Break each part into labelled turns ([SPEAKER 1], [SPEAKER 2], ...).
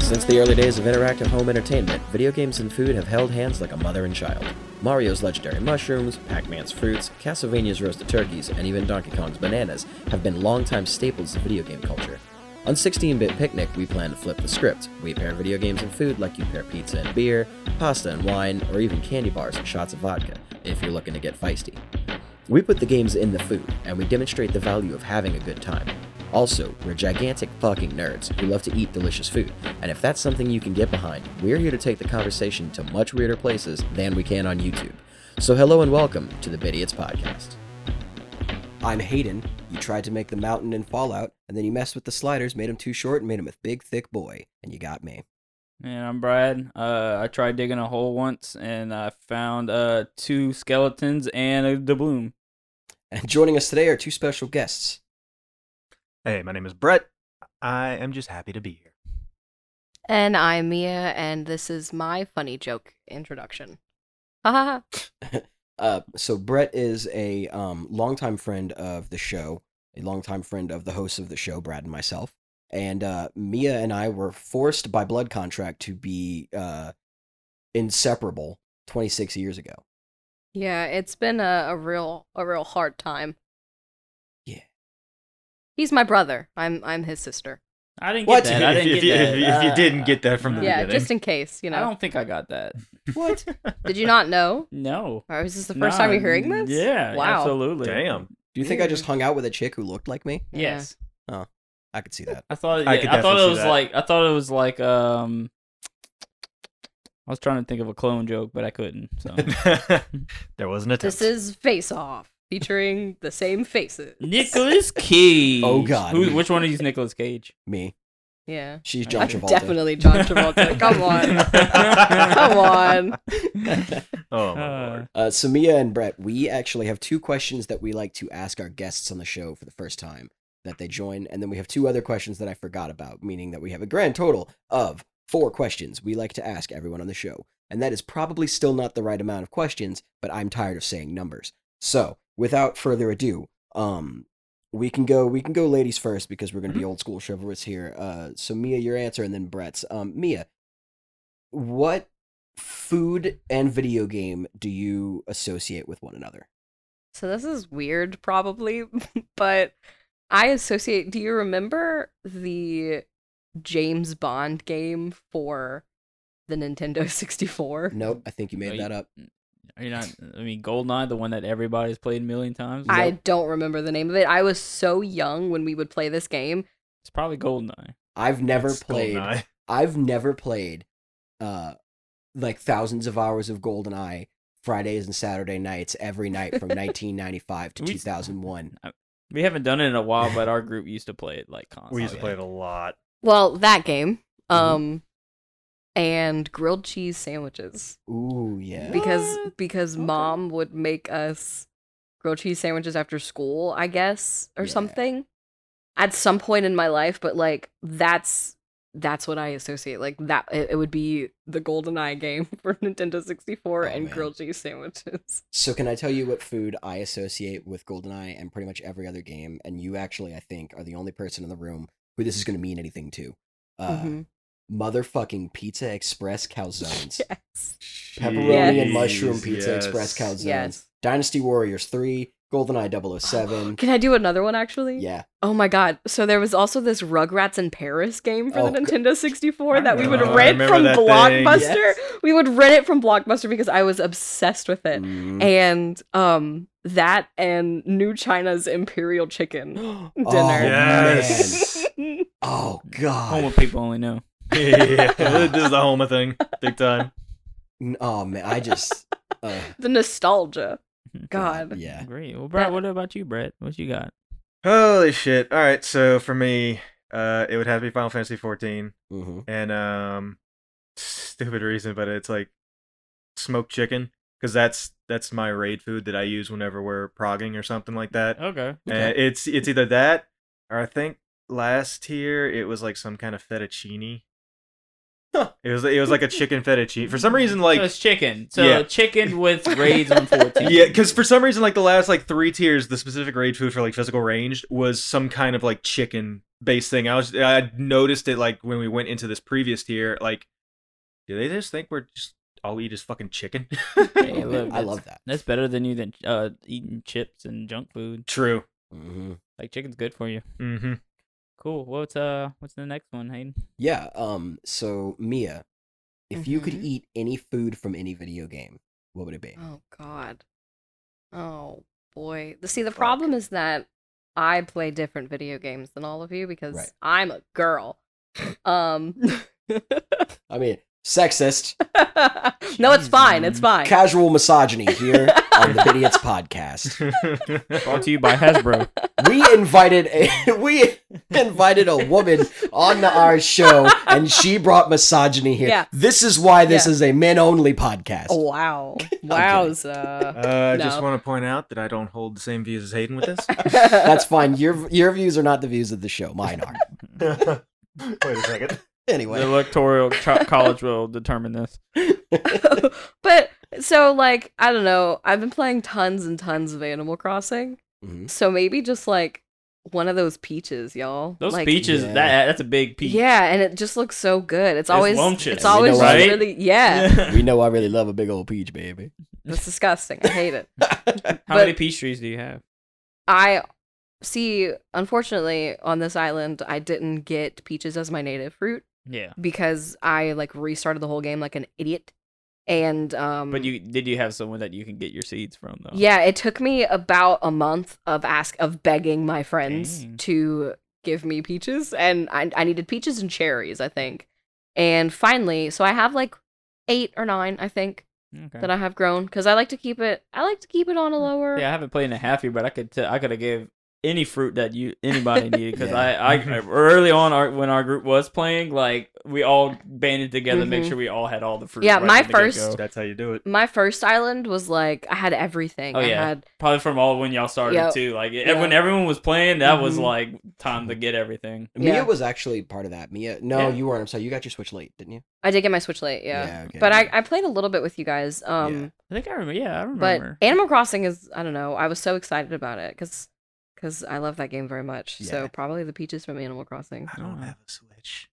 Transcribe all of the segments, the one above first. [SPEAKER 1] Since the early days of interactive home entertainment, video games and food have held hands like a mother and child. Mario's legendary mushrooms, Pac Man's fruits, Castlevania's roasted turkeys, and even Donkey Kong's bananas have been longtime staples of video game culture. On 16 Bit Picnic, we plan to flip the script. We pair video games and food like you pair pizza and beer, pasta and wine, or even candy bars and shots of vodka, if you're looking to get feisty. We put the games in the food, and we demonstrate the value of having a good time. Also, we're gigantic fucking nerds who love to eat delicious food, and if that's something you can get behind, we're here to take the conversation to much weirder places than we can on YouTube. So, hello and welcome to the Bidiots Podcast.
[SPEAKER 2] I'm Hayden. You tried to make the mountain in Fallout, and then you messed with the sliders, made him too short, and made him a big, thick boy, and you got me.
[SPEAKER 3] And I'm Brad. Uh, I tried digging a hole once, and I found uh two skeletons and a doubloon.
[SPEAKER 2] And joining us today are two special guests.
[SPEAKER 4] Hey, my name is Brett. I am just happy to be here.
[SPEAKER 5] And I'm Mia, and this is my funny joke introduction. Haha.
[SPEAKER 2] Uh, so Brett is a um, longtime friend of the show, a longtime friend of the hosts of the show, Brad and myself. And uh, Mia and I were forced by blood contract to be uh, inseparable 26 years ago.
[SPEAKER 5] yeah, it's been a, a real a real hard time.
[SPEAKER 2] Yeah.
[SPEAKER 5] He's my brother. I'm I'm his sister.
[SPEAKER 3] I didn't
[SPEAKER 2] What?
[SPEAKER 3] get that. I didn't
[SPEAKER 4] if,
[SPEAKER 3] get
[SPEAKER 4] you,
[SPEAKER 3] that.
[SPEAKER 4] if you- if you
[SPEAKER 3] Uh,
[SPEAKER 4] didn't get that from the
[SPEAKER 5] yeah,
[SPEAKER 4] beginning,
[SPEAKER 5] just in case, you
[SPEAKER 3] I
[SPEAKER 5] know.
[SPEAKER 3] don't think I got that.
[SPEAKER 2] What?
[SPEAKER 5] Did you not know?
[SPEAKER 3] No.
[SPEAKER 5] Or is this the first time
[SPEAKER 3] Nah,
[SPEAKER 5] you're hearing this?
[SPEAKER 3] Yeah.
[SPEAKER 5] Wow.
[SPEAKER 3] Absolutely.
[SPEAKER 4] Damn.
[SPEAKER 2] Do you think I just hung out with a chick who looked like me?
[SPEAKER 5] Yeah.
[SPEAKER 3] Yes.
[SPEAKER 2] I could see that.
[SPEAKER 3] I thought. It,
[SPEAKER 4] I
[SPEAKER 3] I,
[SPEAKER 4] could
[SPEAKER 3] thought
[SPEAKER 4] definitely
[SPEAKER 3] it
[SPEAKER 4] see
[SPEAKER 3] was
[SPEAKER 4] that.
[SPEAKER 3] like. I thought it was like. Um. I was trying to think of a clone joke, but I couldn't. So.
[SPEAKER 4] there was an attempt.
[SPEAKER 5] This is Face Off, featuring the same faces.
[SPEAKER 3] Nicholas Cage.
[SPEAKER 2] Oh, God.
[SPEAKER 3] Who, which one of these Nicholas Cage?
[SPEAKER 2] Me.
[SPEAKER 5] Yeah.
[SPEAKER 2] She's John
[SPEAKER 5] I'm
[SPEAKER 2] Travolta.
[SPEAKER 5] definitely John Travolta. Come on. Come on.
[SPEAKER 4] Oh my
[SPEAKER 3] Uh,
[SPEAKER 4] lord.
[SPEAKER 2] Uh, Samia and Brett, we actually have two questions that we like to ask our guests on the show for the first time that they join, and then we have two other questions that I forgot about, meaning that we have a grand total of four questions we like to ask everyone on the show, and that is probably still not the right amount of questions, but I'm tired of saying numbers. So, without further ado, um, we can go we can go ladies first because we're going to be old school chivalrous here. Uh, so Mia, your answer, and then Brett's. Um, Mia, what food and video game do you associate with one another?
[SPEAKER 5] So this is weird, probably, but I associate. Do you remember the James Bond game for the Nintendo 64?
[SPEAKER 2] Nope, I think you made
[SPEAKER 3] Right.
[SPEAKER 2] that up.
[SPEAKER 3] are you not? I mean, Goldeneye, the one that everybody's played a million times.
[SPEAKER 5] I don't remember the name of it. I was so young when we would play this game.
[SPEAKER 3] It's probably Goldeneye.
[SPEAKER 2] I've never
[SPEAKER 4] That's
[SPEAKER 2] played.
[SPEAKER 4] Goldeneye.
[SPEAKER 2] I've never played, uh, like thousands of hours of GoldenEye Fridays and Saturday nights every night from 1995 to
[SPEAKER 3] We-
[SPEAKER 2] 2001.
[SPEAKER 3] We haven't done it in a while, but our group used to play it like constantly.
[SPEAKER 4] We used to play it a lot.
[SPEAKER 5] Well, that game.
[SPEAKER 2] Mhm.
[SPEAKER 5] Um and grilled cheese sandwiches
[SPEAKER 2] Ooh yeah.
[SPEAKER 5] because
[SPEAKER 3] What?
[SPEAKER 5] because
[SPEAKER 3] Okay.
[SPEAKER 5] mom would make us grilled cheese sandwiches after school, I guess, or
[SPEAKER 2] Yeah.
[SPEAKER 5] something. At some point in my life, but like that's that's what I associate. Like that it, it would be the golden eye game for Nintendo 64
[SPEAKER 2] Oh,
[SPEAKER 5] and
[SPEAKER 2] man.
[SPEAKER 5] grilled cheese sandwiches.
[SPEAKER 2] So can I tell you what food I associate with GoldenEye and pretty much every other game? And you actually, I think, are the only person in the room who this is going to mean anything to. Uh,
[SPEAKER 5] Mhm.
[SPEAKER 2] Motherfucking Pizza Express calzones.
[SPEAKER 5] Yes.
[SPEAKER 2] Pepperoni and mushroom pizza express calzones.
[SPEAKER 5] Yes.
[SPEAKER 2] Dynasty Warriors 3,
[SPEAKER 3] Oh,
[SPEAKER 2] GoldenEye 007.
[SPEAKER 5] Can I do another one actually?
[SPEAKER 2] yeah.
[SPEAKER 5] Oh my god. So there was also this Rugrats in Paris game for
[SPEAKER 2] Oh,
[SPEAKER 5] the
[SPEAKER 2] g-
[SPEAKER 5] Nintendo 64
[SPEAKER 3] I
[SPEAKER 5] that we would
[SPEAKER 3] remember-
[SPEAKER 4] I
[SPEAKER 5] rent
[SPEAKER 4] remember
[SPEAKER 5] from
[SPEAKER 4] that thing.
[SPEAKER 5] Blockbuster.
[SPEAKER 2] Yes.
[SPEAKER 5] We would rent it from Blockbuster because I was obsessed with it.
[SPEAKER 2] Mm.
[SPEAKER 5] And um that and New China's Imperial Chicken.
[SPEAKER 2] Oh,
[SPEAKER 4] Yes.
[SPEAKER 2] man. Oh, God.
[SPEAKER 3] Home with people only know.
[SPEAKER 4] yeah, this is the Homa thing, big time.
[SPEAKER 2] N- Oh, man. I just. Uh,
[SPEAKER 5] the nostalgia. God.
[SPEAKER 2] Yeah.
[SPEAKER 3] Great. Well, Brett,
[SPEAKER 5] That-
[SPEAKER 3] what about you, Brett? What you got?
[SPEAKER 4] Holy shit! All right, so for me, uh, it would have to be Final Fantasy 14,
[SPEAKER 2] hmm
[SPEAKER 4] and um, stupid reason, but it's like smoked chicken because that's that's my raid food that I use whenever we're progging or something like that.
[SPEAKER 3] Mm, Okay.
[SPEAKER 4] And it's it's either that or I think last year it was like some kind of fettuccine.
[SPEAKER 2] Huh.
[SPEAKER 4] It was it was like a chicken fettuccine. For some reason, like
[SPEAKER 3] Mm, so it's chicken. So
[SPEAKER 4] Yeah.
[SPEAKER 3] chicken with raids on fourteen.
[SPEAKER 4] yeah, because for some reason, like the last like three tiers, the specific raid food for like physical ranged was some kind of like chicken base thing. I was I noticed it like when we went into this previous tier. Like, do they just think we're just all we eat is fucking chicken?
[SPEAKER 3] Hey,
[SPEAKER 2] Oh,
[SPEAKER 3] look,
[SPEAKER 2] man, I
[SPEAKER 3] that's-
[SPEAKER 2] love that.
[SPEAKER 3] That's better than you than uh, eating chips and junk food.
[SPEAKER 4] True.
[SPEAKER 2] hmm
[SPEAKER 3] Like chicken's good for you.
[SPEAKER 4] Mm-hmm.
[SPEAKER 3] Cool. What's uh what's the next one, Hayden?
[SPEAKER 2] Yeah. Um. So Mia, if you could
[SPEAKER 3] Mm-hmm.
[SPEAKER 5] Mhm.
[SPEAKER 2] eat any food from any video game, what would it be?
[SPEAKER 5] Oh God. Oh boy. The- See, the problem is that I play different video games than all of you because
[SPEAKER 2] Right.
[SPEAKER 5] I'm a girl. Um.
[SPEAKER 2] I mean, sexist,
[SPEAKER 5] no, it's fine. It's
[SPEAKER 3] Jeez,
[SPEAKER 5] fine.
[SPEAKER 2] casual misogyny here on the Idiots podcast.
[SPEAKER 3] Brought to you by Hasbro.
[SPEAKER 2] We invited a we invited a woman on the, our show, and she brought misogyny here.
[SPEAKER 5] Yeah.
[SPEAKER 2] This is why this
[SPEAKER 5] Yeah.
[SPEAKER 2] is a men only podcast.
[SPEAKER 5] Oh, wow.
[SPEAKER 4] uh,
[SPEAKER 5] Wowza.
[SPEAKER 4] I
[SPEAKER 5] No.
[SPEAKER 4] just want to point out that I don't hold the same views as Hayden with this.
[SPEAKER 2] That's fine. Your your views are not the views of the show. Mine are.
[SPEAKER 4] Wait a second.
[SPEAKER 3] the
[SPEAKER 2] Anyway,
[SPEAKER 3] electoral cho- college will determine this.
[SPEAKER 5] but so like I don't know. I've been playing tons and tons of Animal Crossing.
[SPEAKER 2] Mhm.
[SPEAKER 5] So maybe just like one of those peaches, y'all.
[SPEAKER 3] Those
[SPEAKER 5] like,
[SPEAKER 3] peaches,
[SPEAKER 2] Yeah.
[SPEAKER 3] that that's a big peach.
[SPEAKER 5] Yeah, and it just looks so good. It's,
[SPEAKER 3] It's
[SPEAKER 5] always
[SPEAKER 3] lumptious.
[SPEAKER 5] it's
[SPEAKER 2] We
[SPEAKER 5] always
[SPEAKER 2] know
[SPEAKER 5] just
[SPEAKER 3] it.
[SPEAKER 5] really yeah.
[SPEAKER 2] we know I really love a big old peach, baby.
[SPEAKER 5] That's disgusting. I hate it.
[SPEAKER 3] How
[SPEAKER 5] But-
[SPEAKER 3] many peach trees do you have?
[SPEAKER 5] I see, unfortunately, on this island I didn't get peaches as my native fruit
[SPEAKER 3] Yeah.
[SPEAKER 5] because I like restarted the whole game like an idiot. And um
[SPEAKER 3] But you oh. did you have someone that you can get your seeds from though?
[SPEAKER 5] Yeah, it took me about a month of ask of begging my friends
[SPEAKER 3] Dang.
[SPEAKER 5] to give me peaches, and I, I needed peaches and cherries, I think. And finally, so I have like eight or nine, I think,
[SPEAKER 3] Okay.
[SPEAKER 5] that I have grown because I like to keep it. I like to keep it on a lower.
[SPEAKER 3] Mm, Yeah, I haven't played in a half year, but I could t- I could have gave any fruit that you anybody needed because I, I early on our, when our group was playing, like we all banded together to make
[SPEAKER 5] Mhm.
[SPEAKER 3] sure we all had all the fruit.
[SPEAKER 5] Yeah,
[SPEAKER 3] right
[SPEAKER 5] my
[SPEAKER 3] from the get-go.
[SPEAKER 5] first-
[SPEAKER 4] That's how you do
[SPEAKER 3] Mm.
[SPEAKER 4] it.
[SPEAKER 5] My first island was like I had everything.
[SPEAKER 3] Oh,
[SPEAKER 5] I
[SPEAKER 3] yeah.
[SPEAKER 5] had
[SPEAKER 3] probably from all when y'all started
[SPEAKER 5] Yep.
[SPEAKER 3] too. Like e,
[SPEAKER 5] Yeah.
[SPEAKER 3] when everyone was playing, that was
[SPEAKER 5] Mhm.
[SPEAKER 3] like time to get everything.
[SPEAKER 5] Yeah.
[SPEAKER 2] Mia was actually part of that. Mia, no,
[SPEAKER 3] Yeah.
[SPEAKER 2] you weren't. I'm sorry. You got your Switch late, didn't you?
[SPEAKER 5] I did get my switch late, yeah.
[SPEAKER 2] okay.
[SPEAKER 5] But I, I played a little bit with you guys. Um
[SPEAKER 2] Yeah.
[SPEAKER 3] I think I remember. Yeah, I
[SPEAKER 5] but
[SPEAKER 3] remember.
[SPEAKER 5] Animal Crossing is I don't know. I was so excited about it because I love that game very much.
[SPEAKER 2] Yeah.
[SPEAKER 5] So probably the peaches from Animal Crossing.
[SPEAKER 4] I don't have a switch.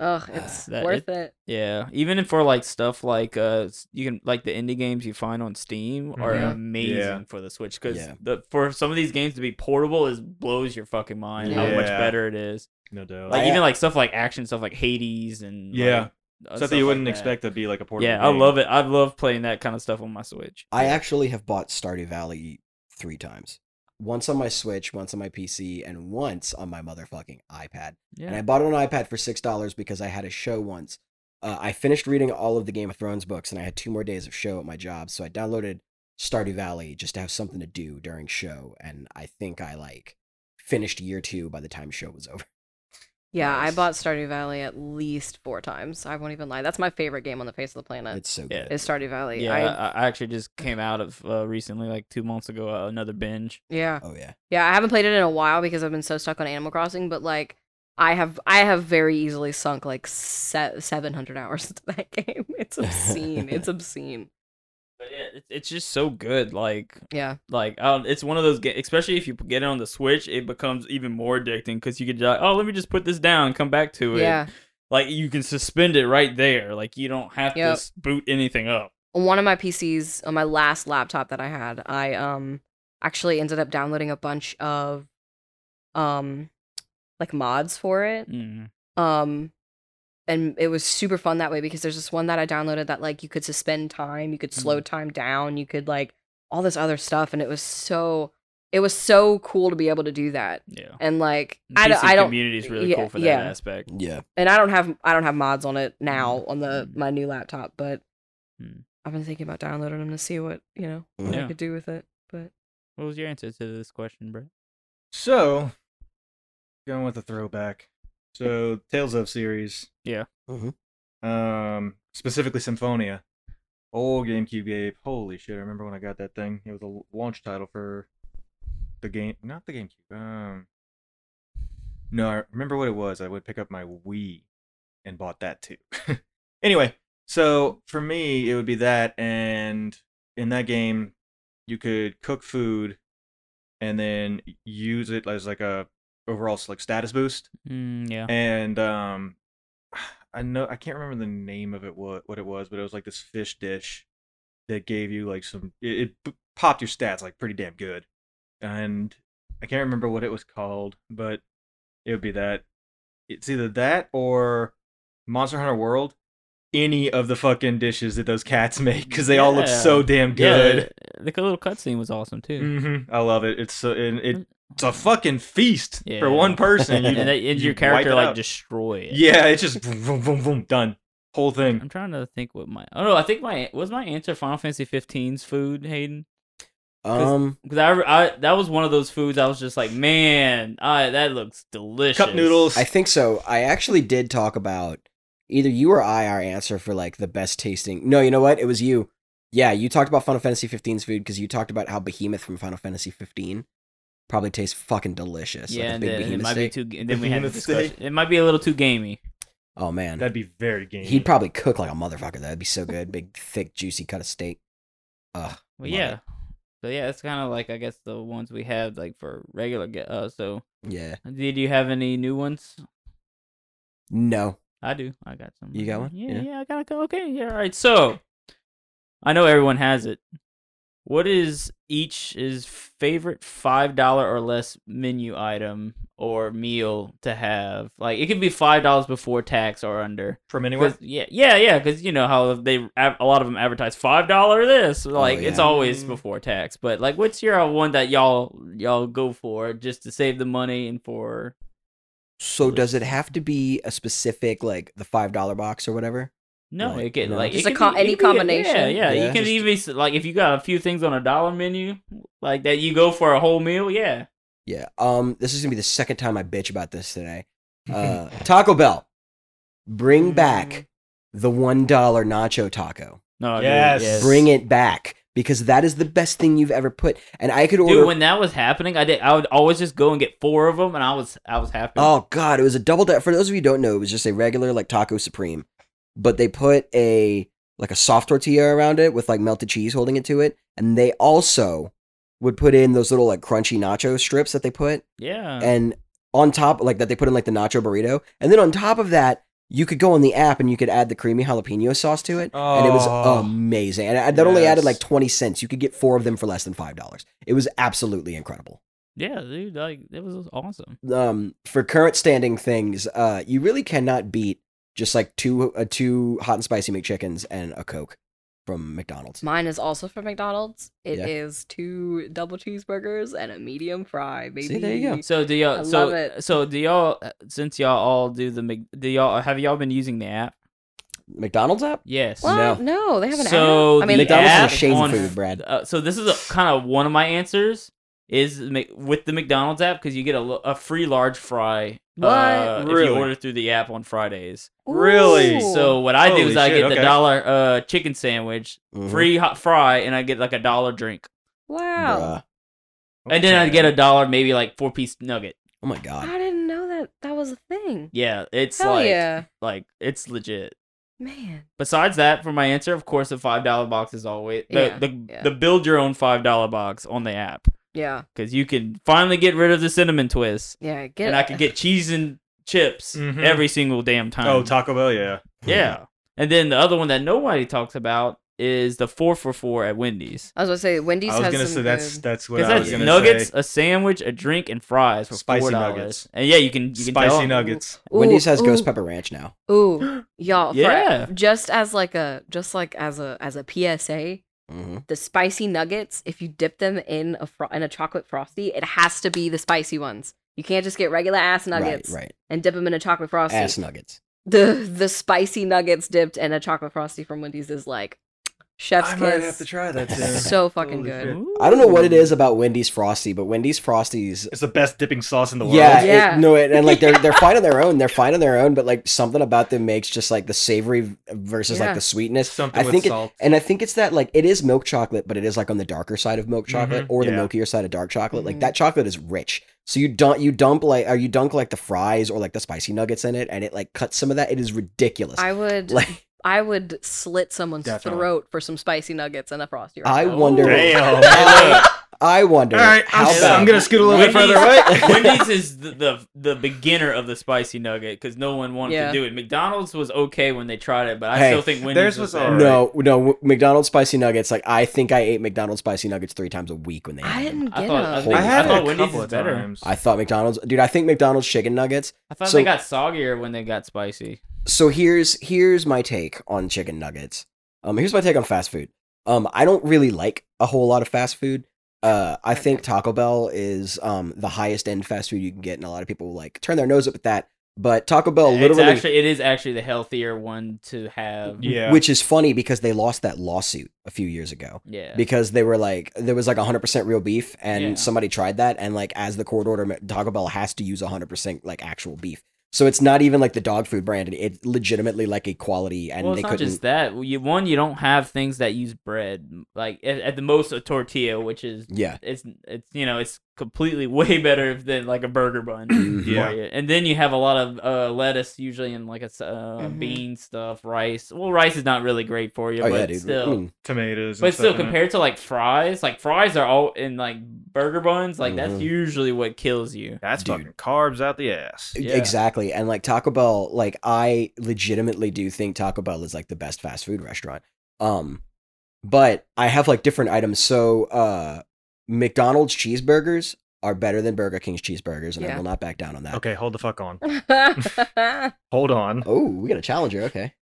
[SPEAKER 5] Ugh, it's
[SPEAKER 3] That-
[SPEAKER 5] worth it.
[SPEAKER 3] yeah, even for like stuff like uh, s- you can like the indie games you find on Steam are
[SPEAKER 5] Mhm.
[SPEAKER 3] amazing
[SPEAKER 4] Mm-hmm. Yeah.
[SPEAKER 3] for the Switch because
[SPEAKER 2] Yeah.
[SPEAKER 3] the for some of these games to be portable is blows your fucking mind how much
[SPEAKER 4] Yeah.
[SPEAKER 3] better it is.
[SPEAKER 4] No doubt.
[SPEAKER 3] like
[SPEAKER 2] I-
[SPEAKER 3] even like stuff like action stuff like Hades and
[SPEAKER 4] Yeah.
[SPEAKER 3] like, uh,
[SPEAKER 4] Something
[SPEAKER 3] stuff
[SPEAKER 4] you
[SPEAKER 3] like
[SPEAKER 4] wouldn't
[SPEAKER 3] that.
[SPEAKER 4] expect to be like a portable.
[SPEAKER 3] Yeah, I love it. I love playing that kind of stuff on my Switch.
[SPEAKER 2] I actually have bought Stardew Valley three times. Once on my Switch, once on my PC, and once on my motherfucking iPad. And I
[SPEAKER 3] yeah,
[SPEAKER 2] bought it on iPad for six dollars because I had a show once. Uh, I finished reading all of the Game of Thrones books, and I had two more days of show at my job, so I downloaded Stardew Valley just to have something to do during show. And I think I like finished year two by the time show was over.
[SPEAKER 5] Yeah, I
[SPEAKER 2] Nice.
[SPEAKER 5] bought Stardew Valley at least four times. I won't even lie. That's my favorite game on the face of the planet.
[SPEAKER 2] It's so
[SPEAKER 3] Yeah.
[SPEAKER 2] good.
[SPEAKER 5] Is Stardew Valley.
[SPEAKER 3] yeah.
[SPEAKER 5] I,
[SPEAKER 3] I, I actually just came out of uh, recently, like two months ago, uh, another binge.
[SPEAKER 5] yeah.
[SPEAKER 2] Oh yeah,
[SPEAKER 5] Yeah, I haven't played it in a while because I've been so stuck on Animal Crossing, but like I have I have very easily sunk like se- 700 hours into that game. It's obscene. it's obscene.
[SPEAKER 3] But yeah, it's, it's just so good. Like
[SPEAKER 5] Yeah.
[SPEAKER 3] like I don't, it's one of those games. Especially if you get it on the Switch, it becomes even more addicting because you could like, oh, let me just put this down, come back to it.
[SPEAKER 5] Yeah.
[SPEAKER 3] Like you can suspend it right there. Like you don't have to
[SPEAKER 5] Yep.
[SPEAKER 3] s- boot anything up.
[SPEAKER 5] on one of my PCs on my last laptop that I had, I um actually ended up downloading a bunch of um like mods for it.
[SPEAKER 3] Mm.
[SPEAKER 5] Um and it was super fun that way because there's this one that I downloaded that like you could suspend time, you could
[SPEAKER 3] Mm.
[SPEAKER 5] slow time down, you could like all this other stuff and it was so it was so cool to be able to do that.
[SPEAKER 3] Yeah.
[SPEAKER 5] And like
[SPEAKER 3] The
[SPEAKER 5] I
[SPEAKER 3] PC
[SPEAKER 5] don't I don't
[SPEAKER 3] community is really
[SPEAKER 5] yeah,
[SPEAKER 3] cool for that
[SPEAKER 5] yeah.
[SPEAKER 3] aspect.
[SPEAKER 2] yeah.
[SPEAKER 5] and I don't have I don't have mods on it now on the
[SPEAKER 3] Mm.
[SPEAKER 5] my new laptop, but
[SPEAKER 3] Mm.
[SPEAKER 5] I've been thinking about downloading them to see what you know what
[SPEAKER 3] Yeah.
[SPEAKER 5] I could do with it. But
[SPEAKER 3] What was your answer to this question, Brett?
[SPEAKER 4] So, going with a throwback. So, Tales of series.
[SPEAKER 3] Yeah.
[SPEAKER 2] Mhm.
[SPEAKER 4] Um, specifically Symphonia. Old GameCube game. Holy shit! I remember when I got that thing. It was a l- launch title for the game, not the GameCube. Um, no, I remember what it was. I would pick up my Wii and bought that too. anyway, so for me, it would be that, and in that game, you could cook food and then use it as like a overall s- like status boost.
[SPEAKER 3] Mm, yeah.
[SPEAKER 4] And um, I know I can't remember the name of it what what it was, but it was like this fish dish that gave you like some it, it p- popped your stats like pretty damn good. And I can't remember what it was called, but it would be that it's either that or Monster Hunter World. Any of the fucking dishes that those cats make because they all look
[SPEAKER 3] Yeah.
[SPEAKER 4] so damn
[SPEAKER 3] Yeah,
[SPEAKER 4] good.
[SPEAKER 3] the, the little cutscene was awesome too. Mm.
[SPEAKER 4] Mm-hmm. I love it. It's so and it, it's a fucking feast
[SPEAKER 3] Yeah.
[SPEAKER 4] for one person. You,
[SPEAKER 3] and, that, and
[SPEAKER 4] you
[SPEAKER 3] your
[SPEAKER 4] wipe
[SPEAKER 3] character
[SPEAKER 4] it
[SPEAKER 3] like
[SPEAKER 4] out.
[SPEAKER 3] destroy it.
[SPEAKER 4] yeah, it's just vroom, vroom, vroom, vroom, done. Whole
[SPEAKER 3] I'm
[SPEAKER 4] thing.
[SPEAKER 3] trying to think what my oh no I think my was my answer Final Fantasy 15's food Hayden
[SPEAKER 2] Um,
[SPEAKER 3] because I, I that was one of those foods I was just like man I, that looks delicious
[SPEAKER 4] Cup noodles.
[SPEAKER 2] I think so. I actually did talk about either you or I our answer for like the best tasting. No, you know what? It was you. Yeah, you talked about Final Fantasy 15's food because you talked about how Behemoth from Final Fantasy 15 probably tastes fucking delicious. like
[SPEAKER 3] yeah
[SPEAKER 2] a
[SPEAKER 3] and
[SPEAKER 2] big
[SPEAKER 3] then it
[SPEAKER 2] Behemoth
[SPEAKER 3] might
[SPEAKER 2] steak.
[SPEAKER 3] be too and then we had a
[SPEAKER 4] Behemoth steak.
[SPEAKER 3] discussion it might be a little too gamey
[SPEAKER 2] oh man,
[SPEAKER 4] That'd be very game.
[SPEAKER 2] he'd probably cook like a motherfucker. That'd be so good. Big, thick, juicy cut of steak. Ugh.
[SPEAKER 3] but
[SPEAKER 2] love
[SPEAKER 3] yeah so yeah that's kind of like I guess the ones we have like for regular ge- uh so
[SPEAKER 2] it. Yeah.
[SPEAKER 3] did you have any new ones
[SPEAKER 2] No.
[SPEAKER 3] I do. I got some.
[SPEAKER 2] You
[SPEAKER 3] right
[SPEAKER 2] got
[SPEAKER 3] here.
[SPEAKER 2] one?
[SPEAKER 3] Yeah, yeah,
[SPEAKER 2] Yeah.
[SPEAKER 3] I got a couple. Okay, yeah, all right. So, I know everyone has it. What is each is favorite five dollar or less menu item or meal to have? Like it could be five dollars before tax or under.
[SPEAKER 4] from
[SPEAKER 3] 'Cause-
[SPEAKER 4] anywhere.
[SPEAKER 3] Yeah, yeah, yeah. Because you know how they a lot of them advertise five dollar this. Like it's
[SPEAKER 2] Oh, yeah.
[SPEAKER 3] always
[SPEAKER 4] Mm.
[SPEAKER 3] before tax. But like, what's your uh, one that y'all y'all go for just to save the money and for?
[SPEAKER 2] So does it have to be a specific like the five dollar box or whatever?
[SPEAKER 3] No,
[SPEAKER 2] Like,
[SPEAKER 3] it can
[SPEAKER 2] no.
[SPEAKER 3] like
[SPEAKER 5] Just
[SPEAKER 3] it
[SPEAKER 5] a
[SPEAKER 3] could
[SPEAKER 5] co-
[SPEAKER 3] be-
[SPEAKER 5] any
[SPEAKER 3] it could be- Yeah,
[SPEAKER 5] combination.
[SPEAKER 3] yeah. you
[SPEAKER 2] Yeah.
[SPEAKER 3] can
[SPEAKER 2] Just-
[SPEAKER 3] even s- like if you got a few things on a dollar menu, like that you go for a whole meal. Yeah,
[SPEAKER 2] Yeah. Um, this is gonna be the second time I bitch about this today. Uh, Taco Bell, bring back the one dollar nacho taco.
[SPEAKER 3] no, dude,
[SPEAKER 4] Yes.
[SPEAKER 2] Bring it back because that is the best thing you've ever put. And I could order.
[SPEAKER 3] dude. When that was happening, I did. I would always just go and get four of them, and I was I was happy.
[SPEAKER 2] oh God, it was a double. Da- For those of you who don't know, it was just a regular like taco supreme, but they put a like a soft tortilla around it with like melted cheese holding it to it, and they also would put in those little like crunchy nacho strips that they put.
[SPEAKER 3] yeah,
[SPEAKER 2] and on top like that they put in like the nacho burrito and then on top of that you could go on the app and you could add the creamy jalapeno sauce to it and it was
[SPEAKER 4] Oh.
[SPEAKER 2] amazing and I- that only added
[SPEAKER 4] Yes.
[SPEAKER 2] like 20 cents you could get four of them for less than five dollars it was absolutely incredible
[SPEAKER 3] yeah, dude. Like it was awesome.
[SPEAKER 2] um for current standing things uh you really cannot beat just like two uh, two hot and spicy mcchickens and a coke from mcdonald's
[SPEAKER 5] Mine is also from McDonald's. It is
[SPEAKER 2] Yeah.
[SPEAKER 5] two double cheeseburgers and a medium fry, baby.
[SPEAKER 2] See, there you go.
[SPEAKER 3] So do y'all?
[SPEAKER 5] I
[SPEAKER 3] so
[SPEAKER 5] love it.
[SPEAKER 3] so do y'all? Since y'all all do the Mc- do y'all have y'all been using the app?
[SPEAKER 2] mcdonald's app
[SPEAKER 3] Yes.
[SPEAKER 5] What?
[SPEAKER 2] No.
[SPEAKER 5] No, they have an
[SPEAKER 3] So
[SPEAKER 5] app. I mean,
[SPEAKER 3] the
[SPEAKER 2] mcdonald's
[SPEAKER 3] app
[SPEAKER 2] is a shame
[SPEAKER 3] on-
[SPEAKER 2] food brad
[SPEAKER 3] Uh, so this is kind of one of my answers is Mc- with the McDonald's app because you get a, lo- a free large fry uh,
[SPEAKER 5] What?
[SPEAKER 3] if you
[SPEAKER 4] Really?
[SPEAKER 3] order through the app on Fridays.
[SPEAKER 4] Really?
[SPEAKER 5] Ooh.
[SPEAKER 3] So what I do
[SPEAKER 4] Holy
[SPEAKER 3] is I
[SPEAKER 4] shit,
[SPEAKER 3] get the
[SPEAKER 4] okay. Mm-hmm.
[SPEAKER 3] dollar uh, chicken sandwich,
[SPEAKER 2] Mhm.
[SPEAKER 3] free hot fry, and I get like a dollar drink,
[SPEAKER 5] wow,
[SPEAKER 2] Mm-hmm. Bruh.
[SPEAKER 3] and then I
[SPEAKER 4] Okay.
[SPEAKER 3] get a dollar maybe like four piece nugget.
[SPEAKER 2] oh my god
[SPEAKER 5] I didn't know that that was a thing.
[SPEAKER 3] Yeah, it's
[SPEAKER 5] Hell
[SPEAKER 3] like
[SPEAKER 5] yeah,
[SPEAKER 3] like it's legit.
[SPEAKER 5] man.
[SPEAKER 3] Besides that, for my answer, of course, the five dollar box is always the
[SPEAKER 5] Yeah,
[SPEAKER 3] the,
[SPEAKER 5] yeah.
[SPEAKER 3] the build your own five dollar box on the app
[SPEAKER 5] Yeah,
[SPEAKER 3] because you can finally get rid of the cinnamon twist.
[SPEAKER 5] yeah. Get
[SPEAKER 3] and I could get cheese and chips
[SPEAKER 4] Mhm.
[SPEAKER 3] every single damn time.
[SPEAKER 4] Oh, Taco Bell, yeah.
[SPEAKER 3] yeah. And then the other one that nobody talks about is the four for four at Wendy's.
[SPEAKER 5] I was gonna say Wendy's
[SPEAKER 4] I was
[SPEAKER 5] has
[SPEAKER 4] gonna
[SPEAKER 5] some
[SPEAKER 4] say that's
[SPEAKER 5] good-
[SPEAKER 4] that's what
[SPEAKER 3] Because
[SPEAKER 4] I was
[SPEAKER 3] that's
[SPEAKER 4] gonna
[SPEAKER 3] nuggets,
[SPEAKER 4] say.
[SPEAKER 3] a sandwich, a drink, and fries for
[SPEAKER 4] Spicy
[SPEAKER 3] four dollars.
[SPEAKER 4] nuggets.
[SPEAKER 3] And yeah, you can you can
[SPEAKER 4] Spicy
[SPEAKER 3] tell.
[SPEAKER 4] nuggets.
[SPEAKER 5] Ooh,
[SPEAKER 2] wendy's has
[SPEAKER 5] ooh,
[SPEAKER 2] ghost pepper ranch now
[SPEAKER 5] Ooh, y'all. for-
[SPEAKER 3] Yeah.
[SPEAKER 5] just as like a just like as a as a PSA,
[SPEAKER 2] hmm
[SPEAKER 5] the spicy nuggets. If you dip them in a fro- in a chocolate frosty, it has to be the spicy ones. You can't just get regular ass nuggets
[SPEAKER 2] right,
[SPEAKER 5] and dip them in a chocolate
[SPEAKER 2] right.
[SPEAKER 5] frosty.
[SPEAKER 2] ass nuggets
[SPEAKER 5] the the spicy nuggets dipped in a chocolate frosty from Wendy's is like chef's
[SPEAKER 4] I
[SPEAKER 5] kiss.
[SPEAKER 4] might have to try that too.
[SPEAKER 5] So fucking
[SPEAKER 4] Holy
[SPEAKER 5] good.
[SPEAKER 4] shit.
[SPEAKER 2] I don't know what it is about Wendy's Frosty, but Wendy's Frosties.
[SPEAKER 4] It's the best dipping sauce in the world.
[SPEAKER 2] Yeah,
[SPEAKER 5] Yeah.
[SPEAKER 2] It, no, it, and like they're they're fine on their own. They're fine on their own, but like something about them makes just like the savory versus
[SPEAKER 5] Yeah.
[SPEAKER 2] like the sweetness.
[SPEAKER 4] Something
[SPEAKER 2] I
[SPEAKER 4] with
[SPEAKER 2] think it-
[SPEAKER 4] salt.
[SPEAKER 2] And I think it's that like it is milk chocolate, but it is like on the darker side of milk chocolate
[SPEAKER 4] Mhm.
[SPEAKER 2] or the
[SPEAKER 4] Yeah.
[SPEAKER 2] milkier side of dark chocolate.
[SPEAKER 5] Mhm.
[SPEAKER 2] Like that chocolate is rich, so you dump you dump like or you dunk like the fries or like the spicy nuggets in it, and it like cuts some of that. It is ridiculous.
[SPEAKER 5] I would
[SPEAKER 2] like
[SPEAKER 5] I would slit someone's
[SPEAKER 4] Definitely.
[SPEAKER 5] throat for some spicy nuggets and a frosty. Right
[SPEAKER 2] I
[SPEAKER 5] now.
[SPEAKER 2] wonder.
[SPEAKER 4] Oh, Damn.
[SPEAKER 2] I, I wonder.
[SPEAKER 4] All right,
[SPEAKER 2] how
[SPEAKER 4] I'm, s-
[SPEAKER 2] about
[SPEAKER 4] I'm gonna scoot a little bit further away.
[SPEAKER 3] Wendy's is the, the the beginner of the spicy nugget because no one wanted
[SPEAKER 5] Yeah.
[SPEAKER 3] to do it. McDonald's was okay when they tried it, but I
[SPEAKER 2] Hey,
[SPEAKER 3] still think Wendy's
[SPEAKER 4] theirs
[SPEAKER 3] was
[SPEAKER 4] was all
[SPEAKER 3] better.
[SPEAKER 2] No,
[SPEAKER 4] right.
[SPEAKER 2] no, McDonald's spicy nuggets. Like I think I ate McDonald's spicy nuggets three times a week when they.
[SPEAKER 5] I
[SPEAKER 2] had them.
[SPEAKER 5] didn't get
[SPEAKER 3] I thought, I,
[SPEAKER 5] them.
[SPEAKER 3] think,
[SPEAKER 4] I had
[SPEAKER 3] I thought
[SPEAKER 4] it a
[SPEAKER 3] Wendy's
[SPEAKER 4] couple
[SPEAKER 3] is
[SPEAKER 4] of
[SPEAKER 3] better.
[SPEAKER 4] times.
[SPEAKER 2] I thought McDonald's, dude. I think McDonald's chicken nuggets.
[SPEAKER 3] I thought
[SPEAKER 2] So-
[SPEAKER 3] they got soggier when they got spicy.
[SPEAKER 2] So here's here's my take on chicken nuggets. Um, here's my take on fast food. Um, I don't really like a whole lot of fast food. Uh, I think Taco Bell is um the highest end fast food you can get, and a lot of people like turn their nose up at that. But Taco Bell
[SPEAKER 3] it's
[SPEAKER 2] Oh, literally,
[SPEAKER 3] actually it is actually the healthier one to have.
[SPEAKER 4] yeah,
[SPEAKER 2] which is funny because they lost that lawsuit a few years ago.
[SPEAKER 3] Yeah.
[SPEAKER 2] because they were like there was like 100% real beef and
[SPEAKER 3] Yeah.
[SPEAKER 2] somebody tried that and like as the court order Taco Bell has to use 100% like actual beef. So it's not even like the dog food brand it's legitimately like a quality and
[SPEAKER 3] well,
[SPEAKER 2] they
[SPEAKER 3] it's not
[SPEAKER 2] couldn't
[SPEAKER 3] just that. Well, You, one, you don't have things that use bread. Like at, at the most, a tortilla, which is
[SPEAKER 2] yeah.
[SPEAKER 3] it's it's you know it's completely way better than like a burger bun.
[SPEAKER 2] Mhm.
[SPEAKER 4] Yeah.
[SPEAKER 3] for you. And then you have a lot of uh, lettuce, usually in like a s- uh,
[SPEAKER 4] Mm-hmm.
[SPEAKER 5] Mhm.
[SPEAKER 3] bean stuff, rice. Well, rice is not really great for you,
[SPEAKER 2] Oh
[SPEAKER 3] but
[SPEAKER 2] yeah, dude.
[SPEAKER 3] still.
[SPEAKER 2] I mean,
[SPEAKER 4] tomatoes.
[SPEAKER 3] but
[SPEAKER 4] and
[SPEAKER 3] still,
[SPEAKER 4] stuff in it.
[SPEAKER 3] compared to like fries, like fries are all in like burger buns. Like that's
[SPEAKER 2] Mhm.
[SPEAKER 3] usually what kills you.
[SPEAKER 4] that's
[SPEAKER 2] Dude.
[SPEAKER 4] fucking carbs out the ass.
[SPEAKER 3] Yeah.
[SPEAKER 2] Exactly. And like Taco Bell, like I legitimately do think Taco Bell is like the best fast food restaurant. Um but I have like different items. So uh McDonald's cheeseburgers are better than Burger King's cheeseburgers and I
[SPEAKER 5] Yeah.
[SPEAKER 2] will not back down on that.
[SPEAKER 4] Okay, hold the fuck on.
[SPEAKER 5] I
[SPEAKER 4] Hold on.
[SPEAKER 2] Oh, we got a challenger. Okay.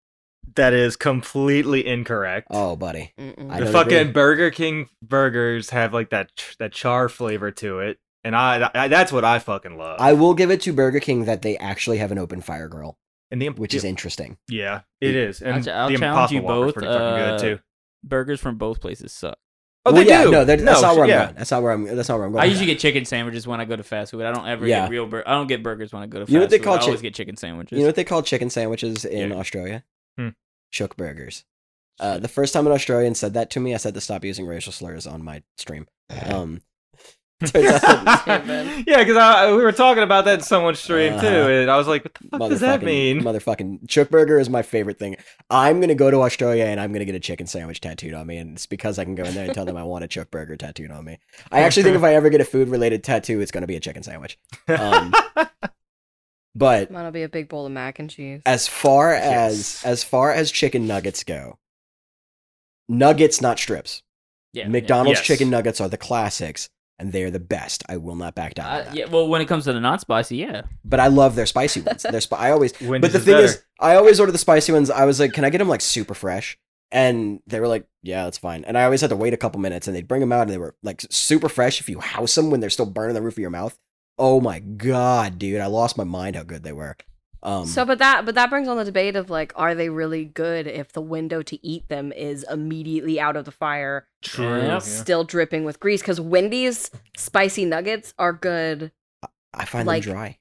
[SPEAKER 4] That is completely incorrect.
[SPEAKER 2] Oh, buddy. I
[SPEAKER 4] the
[SPEAKER 2] don't
[SPEAKER 4] fucking
[SPEAKER 2] agree.
[SPEAKER 4] Burger King burgers have like that ch- that char flavor to it, and I, I that's what I fucking love.
[SPEAKER 2] I will give it to Burger King that they actually have an open fire grill,
[SPEAKER 4] and the
[SPEAKER 2] which is interesting.
[SPEAKER 4] yeah, it is. And
[SPEAKER 3] ch- I'll
[SPEAKER 4] the
[SPEAKER 3] challenge
[SPEAKER 4] Impossible
[SPEAKER 3] you
[SPEAKER 4] Whopper's
[SPEAKER 3] both,
[SPEAKER 4] pretty fucking
[SPEAKER 3] uh,
[SPEAKER 4] good too.
[SPEAKER 3] Burgers from both places suck.
[SPEAKER 4] Oh,
[SPEAKER 2] Well,
[SPEAKER 4] they
[SPEAKER 2] yeah,
[SPEAKER 4] do.
[SPEAKER 2] No, that- that's not
[SPEAKER 4] sh-
[SPEAKER 2] where I'm
[SPEAKER 4] yeah.
[SPEAKER 2] going. That's not where I'm. That's not where I'm going.
[SPEAKER 3] I
[SPEAKER 2] with
[SPEAKER 3] usually
[SPEAKER 2] that.
[SPEAKER 3] get chicken sandwiches when I go to fast food. I don't ever
[SPEAKER 2] Yeah.
[SPEAKER 3] get real burger. I don't get burgers when I go to fast
[SPEAKER 2] You know what they
[SPEAKER 3] food.
[SPEAKER 2] call
[SPEAKER 3] I always
[SPEAKER 2] chick-
[SPEAKER 3] get chicken sandwiches.
[SPEAKER 2] You know what they call chicken sandwiches in
[SPEAKER 4] Yeah.
[SPEAKER 2] Australia?
[SPEAKER 4] Hmm.
[SPEAKER 2] Shook burgers. Uh, the first time an Australian said that to me, I said to stop using racial slurs on my stream. Um, turns out that-
[SPEAKER 5] Damn
[SPEAKER 4] yeah, because we were talking about that in someone's stream too,
[SPEAKER 2] Uh-huh.
[SPEAKER 4] and I was like, "What the fuck does that
[SPEAKER 2] motherfucking-
[SPEAKER 4] mean?"
[SPEAKER 2] Motherfucking chook burger is my favorite thing. I'm gonna go to Australia and I'm gonna get a chicken sandwich tattooed on me, and it's because I can go in there and tell them I want a chook burger tattooed on me. I actually think if I ever get a food related tattoo, it's gonna be a chicken sandwich. Um, but
[SPEAKER 5] Mine'll be a big bowl of mac and cheese.
[SPEAKER 2] as far as
[SPEAKER 4] Yes.
[SPEAKER 2] as far as chicken nuggets go, nuggets not strips.
[SPEAKER 3] Yeah, yeah.
[SPEAKER 2] McDonald's
[SPEAKER 4] Yes.
[SPEAKER 2] chicken nuggets are the classics. And they are the best. I will not back down. on
[SPEAKER 3] Uh,
[SPEAKER 2] that.
[SPEAKER 3] yeah, well, when it comes to the not spicy, yeah.
[SPEAKER 2] But I love their spicy ones. Their sp- I always
[SPEAKER 4] Wendy's
[SPEAKER 2] but the
[SPEAKER 4] is
[SPEAKER 2] thing
[SPEAKER 4] better.
[SPEAKER 2] is, I always order the spicy ones. I was like, "Can I get them like super fresh?" And they were like, "Yeah, that's fine." And I always had to wait a couple minutes, and they'd bring them out, and they were like super fresh. If you house them when they're still burning the roof of your mouth, oh my god, dude, I lost my mind how good they were. Um,
[SPEAKER 5] So, but that but that brings on the debate of like, are they really good if the window to eat them is immediately out of the fire,
[SPEAKER 4] true.
[SPEAKER 3] Yep.
[SPEAKER 4] yeah.
[SPEAKER 5] still dripping with grease? Because Wendy's spicy nuggets are good.
[SPEAKER 2] I find
[SPEAKER 5] like-
[SPEAKER 2] them dry.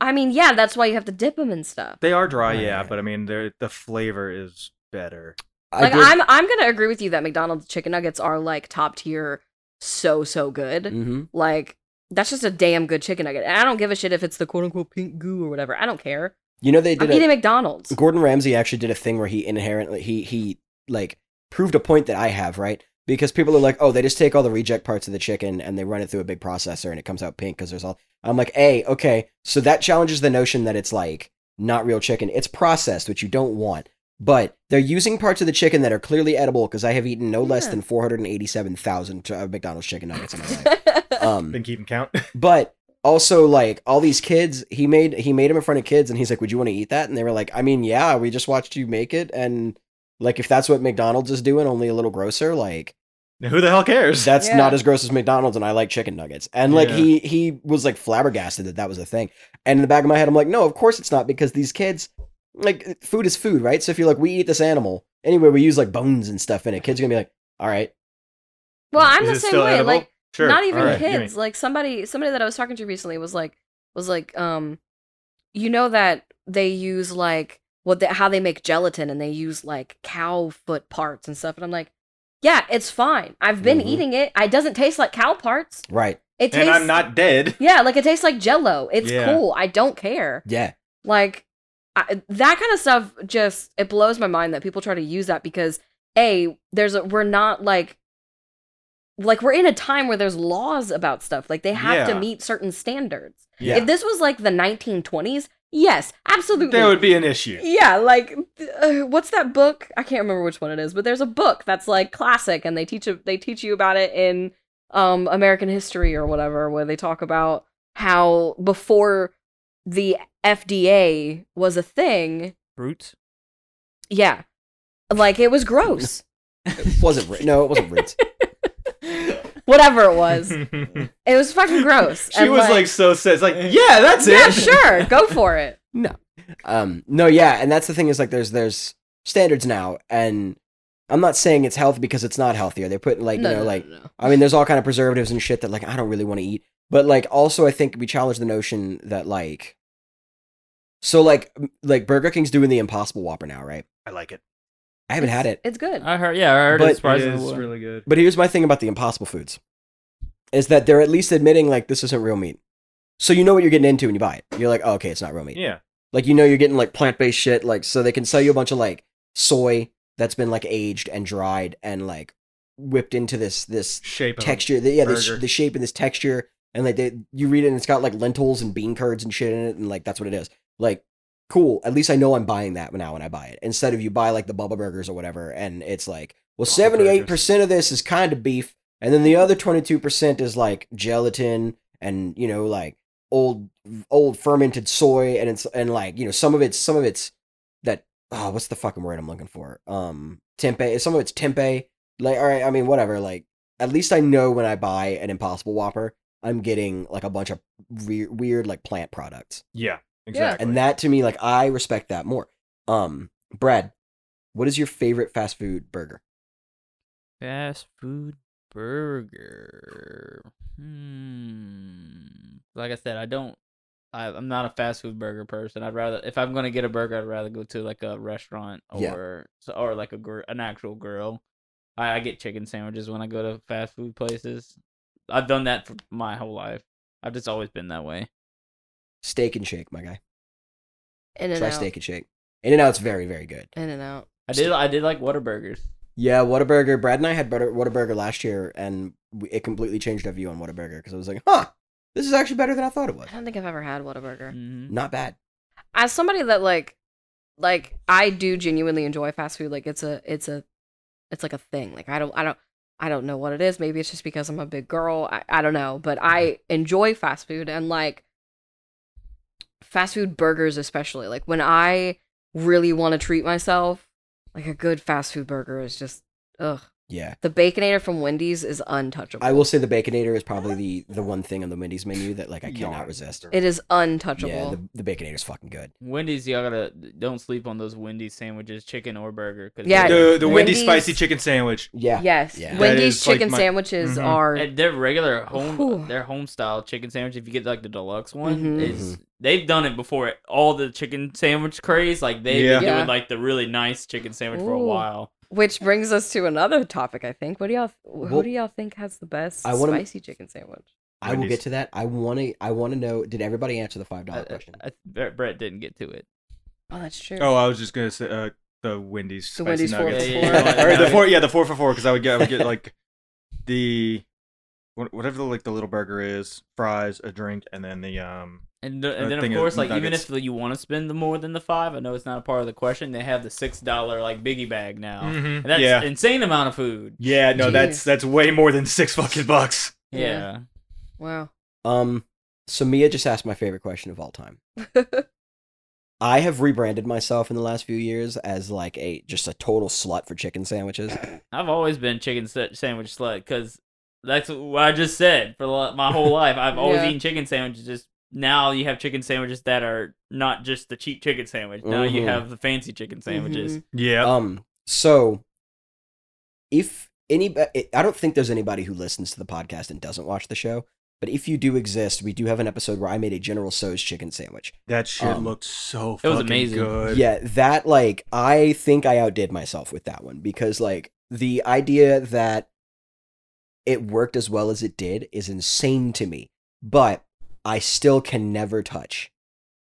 [SPEAKER 5] I mean, yeah, that's why you have to dip them and stuff.
[SPEAKER 4] They are dry,
[SPEAKER 2] Right,
[SPEAKER 4] yeah,
[SPEAKER 2] right.
[SPEAKER 4] but I mean, they're the flavor is better.
[SPEAKER 2] I
[SPEAKER 5] Like
[SPEAKER 2] did-
[SPEAKER 5] I'm I'm gonna agree with you that McDonald's chicken nuggets are like top tier, so so good.
[SPEAKER 2] Mhm.
[SPEAKER 5] Like that's just a damn good chicken nugget. And I don't give a shit if it's the quote unquote pink goo or whatever. I don't care.
[SPEAKER 2] You know they
[SPEAKER 5] I'm
[SPEAKER 2] did.
[SPEAKER 5] eating
[SPEAKER 2] A,
[SPEAKER 5] McDonald's.
[SPEAKER 2] Gordon Ramsay actually did a thing where he inherently he he like proved a point that I have right because people are like, "Oh, they just take all the reject parts of the chicken and they run it through a big processor and it comes out pink because there's all." I'm like, hey, okay. So that challenges the notion that it's like not real chicken. It's processed, which you don't want. But they're using parts of the chicken that are clearly edible because I have eaten no less
[SPEAKER 5] Yeah.
[SPEAKER 2] than 487,000 t- uh, McDonald's chicken nuggets in my life. Um,
[SPEAKER 4] Been keeping count.
[SPEAKER 2] but also like all these kids he made he made them in front of kids and he's like would you want to eat that and they were like i mean yeah we just watched you make it and like if that's what mcdonald's is doing only a little grosser like
[SPEAKER 4] Who the hell cares?
[SPEAKER 2] that's
[SPEAKER 5] Yeah.
[SPEAKER 2] not as gross as mcdonald's and i like chicken nuggets and like
[SPEAKER 4] Yeah.
[SPEAKER 2] he he was like flabbergasted that that was a thing and in the back of my head i'm like no of course it's not because these kids like food is food right so if you're like we eat this animal anyway we use like bones and stuff in it kids are gonna be like all right
[SPEAKER 5] well, I'm
[SPEAKER 4] Is
[SPEAKER 5] the
[SPEAKER 4] it
[SPEAKER 5] same
[SPEAKER 4] still
[SPEAKER 5] way.
[SPEAKER 4] edible?
[SPEAKER 5] Like
[SPEAKER 4] Sure.
[SPEAKER 5] not even
[SPEAKER 4] all right, gimme.
[SPEAKER 5] kids like somebody somebody that i was talking to recently was like was like um you know that they use like what the, how they make gelatin and they use like cow foot parts and stuff and i'm like yeah it's fine i've been
[SPEAKER 2] Mhm.
[SPEAKER 5] eating it it doesn't taste like cow parts
[SPEAKER 2] right
[SPEAKER 5] it tastes
[SPEAKER 4] Mm-hmm. and I'm not dead.
[SPEAKER 5] yeah like it tastes like jello it's
[SPEAKER 4] Yeah.
[SPEAKER 5] cool i don't care
[SPEAKER 2] yeah
[SPEAKER 5] like I, that kind of stuff just it blows my mind that people try to use that because a there's a we're not like like we're in a time where there's laws about stuff. Like they have
[SPEAKER 4] Yeah.
[SPEAKER 5] to meet certain standards.
[SPEAKER 4] Yeah.
[SPEAKER 5] If this was like the 1920s, yes, absolutely.
[SPEAKER 4] there would be an issue.
[SPEAKER 5] yeah, like uh, what's that book? I can't remember which one it is, but there's a book that's like classic, and they teach they teach you about it in um, American history or whatever, where they talk about how before the FDA was a thing,
[SPEAKER 3] Brutes.
[SPEAKER 5] yeah, like it was gross,
[SPEAKER 2] It wasn't ri- no, it wasn't rigged.
[SPEAKER 5] whatever it was,
[SPEAKER 4] she
[SPEAKER 5] it was fucking gross. and,
[SPEAKER 4] was like so says like yeah that's
[SPEAKER 5] yeah,
[SPEAKER 4] it.
[SPEAKER 5] sure, go for it.
[SPEAKER 2] Um, no, yeah, and that's the thing is like there's there's standards now, and I'm not saying it's health because it's not healthier. They're putting like
[SPEAKER 5] No,
[SPEAKER 2] you know
[SPEAKER 5] no, no,
[SPEAKER 2] like
[SPEAKER 5] no.
[SPEAKER 2] I mean there's all kind of preservatives and shit that like I don't really want to eat, but like also I think we challenge the notion that like so like m- like Burger King's doing the Impossible Whopper now, right?
[SPEAKER 4] I like it.
[SPEAKER 2] I haven't had it,
[SPEAKER 5] It's good.
[SPEAKER 3] I heard. Yeah, I heard.
[SPEAKER 2] But
[SPEAKER 3] it's
[SPEAKER 4] It
[SPEAKER 3] surprisingly
[SPEAKER 4] is
[SPEAKER 3] well.
[SPEAKER 4] really good.
[SPEAKER 2] but here's my thing about the Impossible foods is that they're at least admitting like this isn't real meat, so you know what you're getting into when you buy it. You're like, oh, okay, it's not real meat.
[SPEAKER 4] Yeah.
[SPEAKER 2] Like you know you're getting like plant based shit, like so they can sell you a bunch of like soy that's been like aged and dried and like whipped into this this
[SPEAKER 4] Shape of
[SPEAKER 2] texture. The, yeah, this,
[SPEAKER 4] burger.
[SPEAKER 2] the shape and this texture, and like they, you read it and it's got like lentils and bean curds and shit in it, and like that's what it is. Like cool. At least I know I'm buying that now when I buy it instead of you buy like the Bubba Burgers or whatever, and it's like well
[SPEAKER 4] Bubba
[SPEAKER 2] seventy eight percent of this is kind of beef, and then the other twenty two percent is like gelatin and you know like old old fermented soy and it's and like you know some of it's some of it's that oh what's the fucking word I'm looking for um tempeh some of it's tempeh like all right I mean whatever like at least I know when I buy an Impossible Whopper I'm getting like a bunch of re- weird like plant products
[SPEAKER 4] Yeah. Exactly.
[SPEAKER 2] and that to me like I respect that more um Brad what is your favorite fast food burger
[SPEAKER 3] Fast food burger. Hmm. Like I said, I don't. I, I'm not a fast food burger person. I'd rather, if I'm gonna get a burger, I'd rather go to like a restaurant
[SPEAKER 2] Yeah.
[SPEAKER 3] or so or like a gr- an actual grill. I, I get chicken sandwiches when I go to fast food places. I've done that for my whole life. I've just always been that way.
[SPEAKER 2] Steak and Shake my guy
[SPEAKER 5] In and
[SPEAKER 2] try
[SPEAKER 5] out.
[SPEAKER 2] Steak and Shake In and Out's very very good
[SPEAKER 5] In and out.
[SPEAKER 3] I did. I did like Whataburgers.
[SPEAKER 2] Yeah, Whataburger. Brad and I had butter, Whataburger last year, and we, it completely changed our view on Whataburger because I was like, huh, this is actually better than I thought it was.
[SPEAKER 5] I don't think I've ever had Whataburger.
[SPEAKER 3] Mm-hmm.
[SPEAKER 2] Not bad.
[SPEAKER 5] as somebody that like like I do genuinely enjoy fast food. Like it's a it's a it's like a thing. Like I don't I don't I don't know what it is. Maybe it's just because I'm a big girl. I, I don't know. But I
[SPEAKER 2] Mm-hmm.
[SPEAKER 5] enjoy fast food and like fast food burgers especially. Like when I really want to treat myself, like a good fast food burger is just ugh.
[SPEAKER 2] Yeah,
[SPEAKER 5] The baconator from Wendy's is untouchable.
[SPEAKER 2] I will say the Baconator is probably the the one thing on the Wendy's menu that like I cannot
[SPEAKER 4] Yarn.
[SPEAKER 2] resist.
[SPEAKER 5] it is untouchable.
[SPEAKER 2] Yeah, the, the Baconator's fucking good.
[SPEAKER 3] Wendy's, y'all gotta don't sleep on those Wendy's sandwiches, chicken or burger. 'cause
[SPEAKER 5] Yeah.
[SPEAKER 3] they're-
[SPEAKER 4] the the Wendy's
[SPEAKER 5] Wendy's-
[SPEAKER 4] spicy chicken sandwich.
[SPEAKER 2] Yeah,
[SPEAKER 5] Yes.
[SPEAKER 2] Yeah. That
[SPEAKER 5] Wendy's
[SPEAKER 4] is, like,
[SPEAKER 5] chicken
[SPEAKER 4] my-
[SPEAKER 5] sandwiches
[SPEAKER 4] Mhm.
[SPEAKER 5] are
[SPEAKER 3] And their regular home,
[SPEAKER 5] Whew.
[SPEAKER 3] their home style chicken sandwich. If you get like the deluxe one,
[SPEAKER 5] Mhm.
[SPEAKER 3] is they've done it before. All the chicken sandwich craze, like they've
[SPEAKER 4] Yeah.
[SPEAKER 3] been
[SPEAKER 5] Yeah.
[SPEAKER 3] doing like the really nice chicken sandwich for a
[SPEAKER 5] Ooh.
[SPEAKER 3] while.
[SPEAKER 5] Which brings us to another topic, I think. What do y'all who
[SPEAKER 2] Well,
[SPEAKER 5] do y'all think has the best
[SPEAKER 2] I wanna-
[SPEAKER 5] spicy chicken sandwich?
[SPEAKER 2] I will
[SPEAKER 4] Wendy's.
[SPEAKER 2] get to that. I want to. I want to know. Did everybody answer the five
[SPEAKER 3] I,
[SPEAKER 5] Uh,
[SPEAKER 2] dollar question?
[SPEAKER 3] I- I- Brett Brett didn't get to it.
[SPEAKER 5] Oh, that's true.
[SPEAKER 4] Oh, I was just gonna say uh, the Wendy's
[SPEAKER 5] The
[SPEAKER 4] spicy
[SPEAKER 5] Wendy's four
[SPEAKER 4] nuggets.
[SPEAKER 3] for four.
[SPEAKER 4] Or
[SPEAKER 3] Yeah, yeah,
[SPEAKER 4] the
[SPEAKER 3] yeah.
[SPEAKER 4] four, yeah, the four for four. Because I would get, I would get like the wha- whatever the like the little burger is, fries, a drink, and then the um.
[SPEAKER 3] And, the,
[SPEAKER 4] I
[SPEAKER 3] and then of
[SPEAKER 4] think it-
[SPEAKER 3] course, like even
[SPEAKER 4] nuggets.
[SPEAKER 3] if you want to spend the more than the five, I know it's not a part of the question. They have the six dollar like biggie bag now. Oh. And that's
[SPEAKER 4] Mm. Yeah,
[SPEAKER 3] insane amount of food.
[SPEAKER 4] yeah. No,
[SPEAKER 5] Jeez.
[SPEAKER 4] that's that's way more than six fucking bucks.
[SPEAKER 5] Yeah.
[SPEAKER 3] Yeah.
[SPEAKER 5] Wow.
[SPEAKER 2] Um, so Mia just asked my favorite question of all time. I have rebranded myself in the last few years as like a just a total slut for chicken sandwiches.
[SPEAKER 3] I've always been chicken sa- sandwich slut because that's what I just said for li- my whole life. I've always
[SPEAKER 5] Yeah.
[SPEAKER 3] eaten chicken sandwiches. Just now, you have chicken sandwiches that are not just the cheap chicken sandwich. Now
[SPEAKER 2] Mhm.
[SPEAKER 3] you have the fancy chicken sandwiches.
[SPEAKER 4] Yeah.
[SPEAKER 2] Um. So, if any, uh, I don't think there's anybody who listens to the podcast and doesn't watch the show. But if you do exist, we do have an episode where I made a General So's chicken sandwich.
[SPEAKER 4] that shit
[SPEAKER 2] um,
[SPEAKER 4] looked so.
[SPEAKER 3] It was
[SPEAKER 4] fucking
[SPEAKER 3] amazing.
[SPEAKER 4] Good.
[SPEAKER 2] Yeah, that like I think I outdid myself with that one because like the idea that it worked as well as it did is insane to me. But I still can never touch.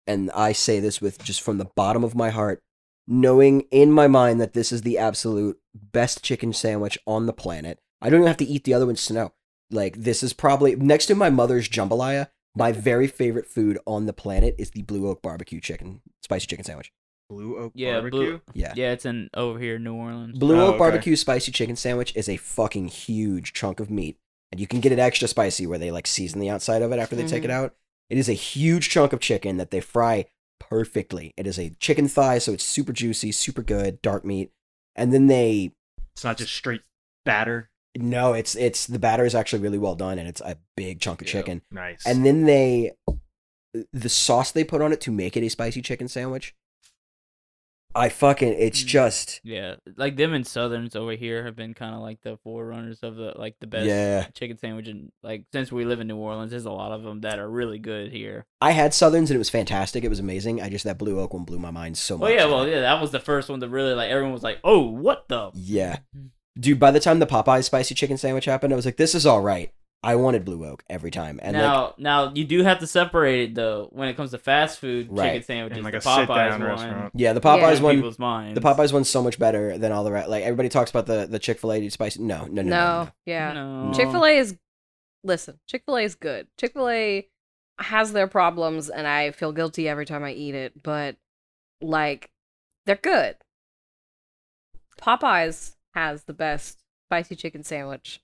[SPEAKER 2] And I say this with just from the bottom of my heart, knowing in my mind that this is the absolute best chicken sandwich on the planet. I don't even have to eat the other ones to know. Like this is probably next to my mother's jambalaya. My very favorite food on the planet is the Blue Oak barbecue chicken, spicy chicken sandwich.
[SPEAKER 4] Blue Oak
[SPEAKER 3] Yeah, blue-
[SPEAKER 4] Barbecue.
[SPEAKER 2] Yeah.
[SPEAKER 3] Yeah, it's in over here in New Orleans.
[SPEAKER 2] Blue
[SPEAKER 4] Oh,
[SPEAKER 2] Oak
[SPEAKER 4] okay.
[SPEAKER 2] barbecue spicy chicken sandwich is a fucking huge chunk of meat, and you can get it extra spicy where they like season the outside of it after they take it out. It is a huge chunk of chicken that they fry perfectly. It is a chicken thigh, so it's super juicy, super good, dark meat, and then they
[SPEAKER 4] It's not just straight batter.
[SPEAKER 2] no, it's it's the batter is actually really well done, and it's a big chunk of chicken.
[SPEAKER 4] Nice.
[SPEAKER 2] And then they, the sauce they put on it to make it a spicy chicken sandwich. I fucking, it's
[SPEAKER 3] Mm.
[SPEAKER 2] just
[SPEAKER 3] Yeah, like them and Southerns over here have been kind of like the forerunners of the like the best
[SPEAKER 2] Yeah.
[SPEAKER 3] chicken sandwich. And like since we live in New Orleans, there's a lot of them that are really good here.
[SPEAKER 2] I had Southerns and it was fantastic. It was amazing. I just that Blue Oak one blew my mind so
[SPEAKER 3] Well,
[SPEAKER 2] much.
[SPEAKER 3] Oh, yeah, well, yeah, that was the first one to really like everyone was like, "Oh, what the?"
[SPEAKER 2] yeah, dude. By the time the Popeyes spicy chicken sandwich happened, I was like, this is all right. I wanted Blue Oak every time, and like,
[SPEAKER 3] now, now you do have to separate it though when it comes to fast food chicken
[SPEAKER 2] Right.
[SPEAKER 3] sandwiches.
[SPEAKER 4] And, like
[SPEAKER 3] the
[SPEAKER 4] a
[SPEAKER 3] Popeyes
[SPEAKER 4] sit-down
[SPEAKER 3] one
[SPEAKER 4] restaurant.
[SPEAKER 2] yeah, the Popeyes
[SPEAKER 3] blows
[SPEAKER 2] one,
[SPEAKER 3] people's minds.
[SPEAKER 2] the Popeyes one's so much better than all the rest. Like everybody talks about the the Chick Fil A spicy. No, no, no, no, no,
[SPEAKER 5] no, yeah.
[SPEAKER 3] No.
[SPEAKER 5] Chick fil A is, listen, Chick fil A is good. Chick fil A has their problems, and I feel guilty every time I eat it, but like, they're good. Popeyes has the best spicy chicken sandwich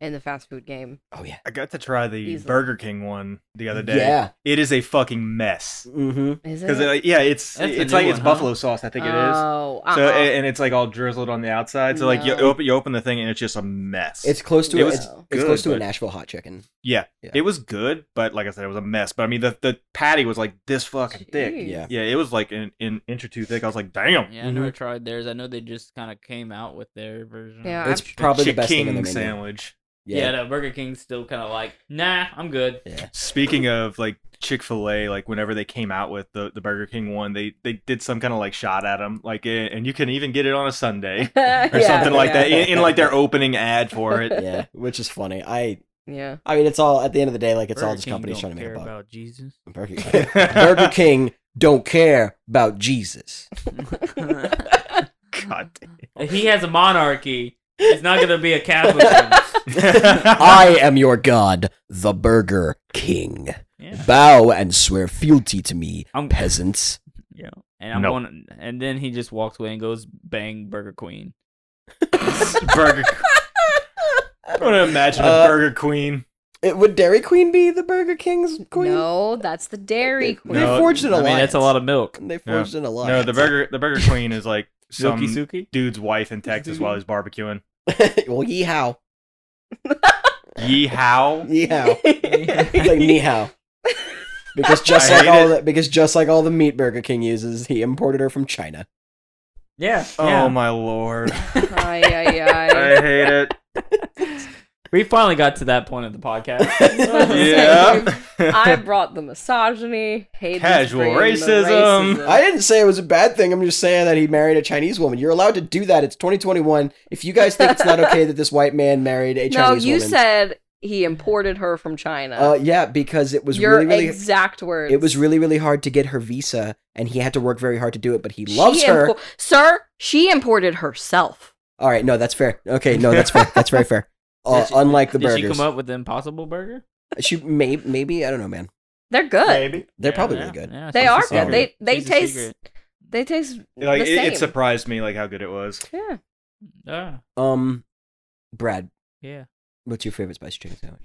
[SPEAKER 5] in the fast food game.
[SPEAKER 2] no. Oh yeah,
[SPEAKER 4] I got to try the
[SPEAKER 5] Easily.
[SPEAKER 4] Burger King one the other day.
[SPEAKER 2] Yeah.
[SPEAKER 4] It is a fucking mess.
[SPEAKER 2] Mm-hmm.
[SPEAKER 5] Is it?
[SPEAKER 4] Because yeah, it's
[SPEAKER 3] That's the
[SPEAKER 4] it's
[SPEAKER 3] new
[SPEAKER 4] like it's
[SPEAKER 3] one, huh? Uh,
[SPEAKER 4] buffalo sauce. I think it is.
[SPEAKER 5] Oh, uh-uh.
[SPEAKER 4] So a- and it's like all drizzled on the outside. So like you
[SPEAKER 5] No.
[SPEAKER 4] open you open the thing and it's just a mess.
[SPEAKER 2] It's close to
[SPEAKER 4] It
[SPEAKER 2] it.
[SPEAKER 4] was
[SPEAKER 2] it's, it's
[SPEAKER 4] good,
[SPEAKER 2] close to
[SPEAKER 4] but-
[SPEAKER 2] a Nashville hot chicken.
[SPEAKER 4] yeah,
[SPEAKER 2] Yeah.
[SPEAKER 4] It was good, but like I said, it was a mess. But I mean, the the patty was like this fucking thick.
[SPEAKER 5] Jeez.
[SPEAKER 2] Yeah.
[SPEAKER 4] Yeah, it was like an, an inch or two thick. I was like, damn.
[SPEAKER 3] Yeah, I
[SPEAKER 2] Mm-hmm.
[SPEAKER 3] never tried theirs. I know they just kind of came out with their version.
[SPEAKER 5] Yeah,
[SPEAKER 2] It's
[SPEAKER 5] I've-
[SPEAKER 2] probably the
[SPEAKER 4] Chick
[SPEAKER 2] best thing in
[SPEAKER 4] King
[SPEAKER 2] the menu.
[SPEAKER 4] sandwich.
[SPEAKER 3] yeah. no, Burger King's still kind of like, nah, I'm good.
[SPEAKER 2] yeah.
[SPEAKER 4] Speaking of like Chick Fil A, like whenever they came out with the, the Burger King one, they they did some kind of like shot at them, like eh, and you can even get it on a Sunday or
[SPEAKER 5] Yeah,
[SPEAKER 4] something like
[SPEAKER 5] yeah.
[SPEAKER 4] that in, in like their opening ad for it.
[SPEAKER 2] Yeah. yeah, which is funny. I
[SPEAKER 5] Yeah.
[SPEAKER 2] I mean, it's all at the end of the day, like it's all
[SPEAKER 3] Burger
[SPEAKER 2] just
[SPEAKER 3] King
[SPEAKER 2] companies
[SPEAKER 3] don't
[SPEAKER 2] trying to make
[SPEAKER 3] care
[SPEAKER 2] a buck.
[SPEAKER 3] about Jesus.
[SPEAKER 2] Burger King. Burger King don't care about Jesus.
[SPEAKER 4] God damn.
[SPEAKER 3] If he has a monarchy. It's not gonna be a Catholic one.
[SPEAKER 2] I am your God, the Burger King.
[SPEAKER 3] Yeah.
[SPEAKER 2] Bow and swear fealty to me,
[SPEAKER 3] I'm-
[SPEAKER 2] peasants.
[SPEAKER 3] yeah. And I'm
[SPEAKER 4] Nope.
[SPEAKER 3] going and then he just walks away and goes bang Burger Queen.
[SPEAKER 4] Burger. I want to imagine a
[SPEAKER 2] Uh,
[SPEAKER 4] Burger Queen.
[SPEAKER 2] It- would Dairy Queen be the Burger King's queen?
[SPEAKER 5] No, that's the Dairy Queen.
[SPEAKER 2] They
[SPEAKER 4] No,
[SPEAKER 2] forged an
[SPEAKER 3] I
[SPEAKER 2] alliance.
[SPEAKER 3] mean that's a lot of milk.
[SPEAKER 2] They forged an alliance.
[SPEAKER 4] No, the Burger the Burger Queen is like some
[SPEAKER 3] Silky Suki?
[SPEAKER 4] dude's wife in Texas while he's barbecuing.
[SPEAKER 2] well, yeehaw,
[SPEAKER 4] Yee how?
[SPEAKER 2] yeehaw. He's like ni hao. Because just like
[SPEAKER 4] hate
[SPEAKER 2] all
[SPEAKER 4] it.
[SPEAKER 2] the because just like all the meat Burger King uses, he imported her from China.
[SPEAKER 3] Yeah.
[SPEAKER 4] Oh my lord,
[SPEAKER 5] Ay, ay, ay.
[SPEAKER 4] I hate it.
[SPEAKER 3] We finally got to that point of the podcast.
[SPEAKER 4] yeah,
[SPEAKER 5] I brought the misogyny, Hayden's
[SPEAKER 4] Casual
[SPEAKER 5] bringing the
[SPEAKER 4] racism.
[SPEAKER 2] I didn't say it was a bad thing. I'm just saying that he married a Chinese woman. You're allowed to do that. It's 2021. If you guys think it's not okay that this white man married a
[SPEAKER 5] no,
[SPEAKER 2] Chinese
[SPEAKER 5] you
[SPEAKER 2] woman,
[SPEAKER 5] said he imported her from China.
[SPEAKER 2] uh, yeah, because it was
[SPEAKER 5] Your
[SPEAKER 2] really, really,
[SPEAKER 5] exact words.
[SPEAKER 2] it was really, really hard to get her visa, and he had to work very hard to do it. But he
[SPEAKER 5] She
[SPEAKER 2] loves her.
[SPEAKER 5] impo- sir. She imported herself.
[SPEAKER 2] All right, no, that's fair. Okay, no, that's fair. That's very fair. Uh,
[SPEAKER 3] Did she-
[SPEAKER 2] unlike the
[SPEAKER 3] Did
[SPEAKER 2] burgers,
[SPEAKER 3] she come up with the impossible burger?
[SPEAKER 2] She may, maybe I don't know, man.
[SPEAKER 5] They're good.
[SPEAKER 4] maybe.
[SPEAKER 2] They're
[SPEAKER 3] Yeah,
[SPEAKER 2] probably
[SPEAKER 3] yeah,
[SPEAKER 2] really good.
[SPEAKER 3] yeah,
[SPEAKER 5] They
[SPEAKER 3] she's a
[SPEAKER 5] are
[SPEAKER 2] secret.
[SPEAKER 5] good. They they
[SPEAKER 3] She's a
[SPEAKER 5] taste
[SPEAKER 3] secret.
[SPEAKER 5] they taste
[SPEAKER 4] Like
[SPEAKER 5] the
[SPEAKER 4] it,
[SPEAKER 5] same.
[SPEAKER 4] it surprised me like how good it was.
[SPEAKER 5] yeah.
[SPEAKER 3] Ah,
[SPEAKER 2] Um, Brad,
[SPEAKER 3] yeah.
[SPEAKER 2] what's your favorite spicy chicken sandwich?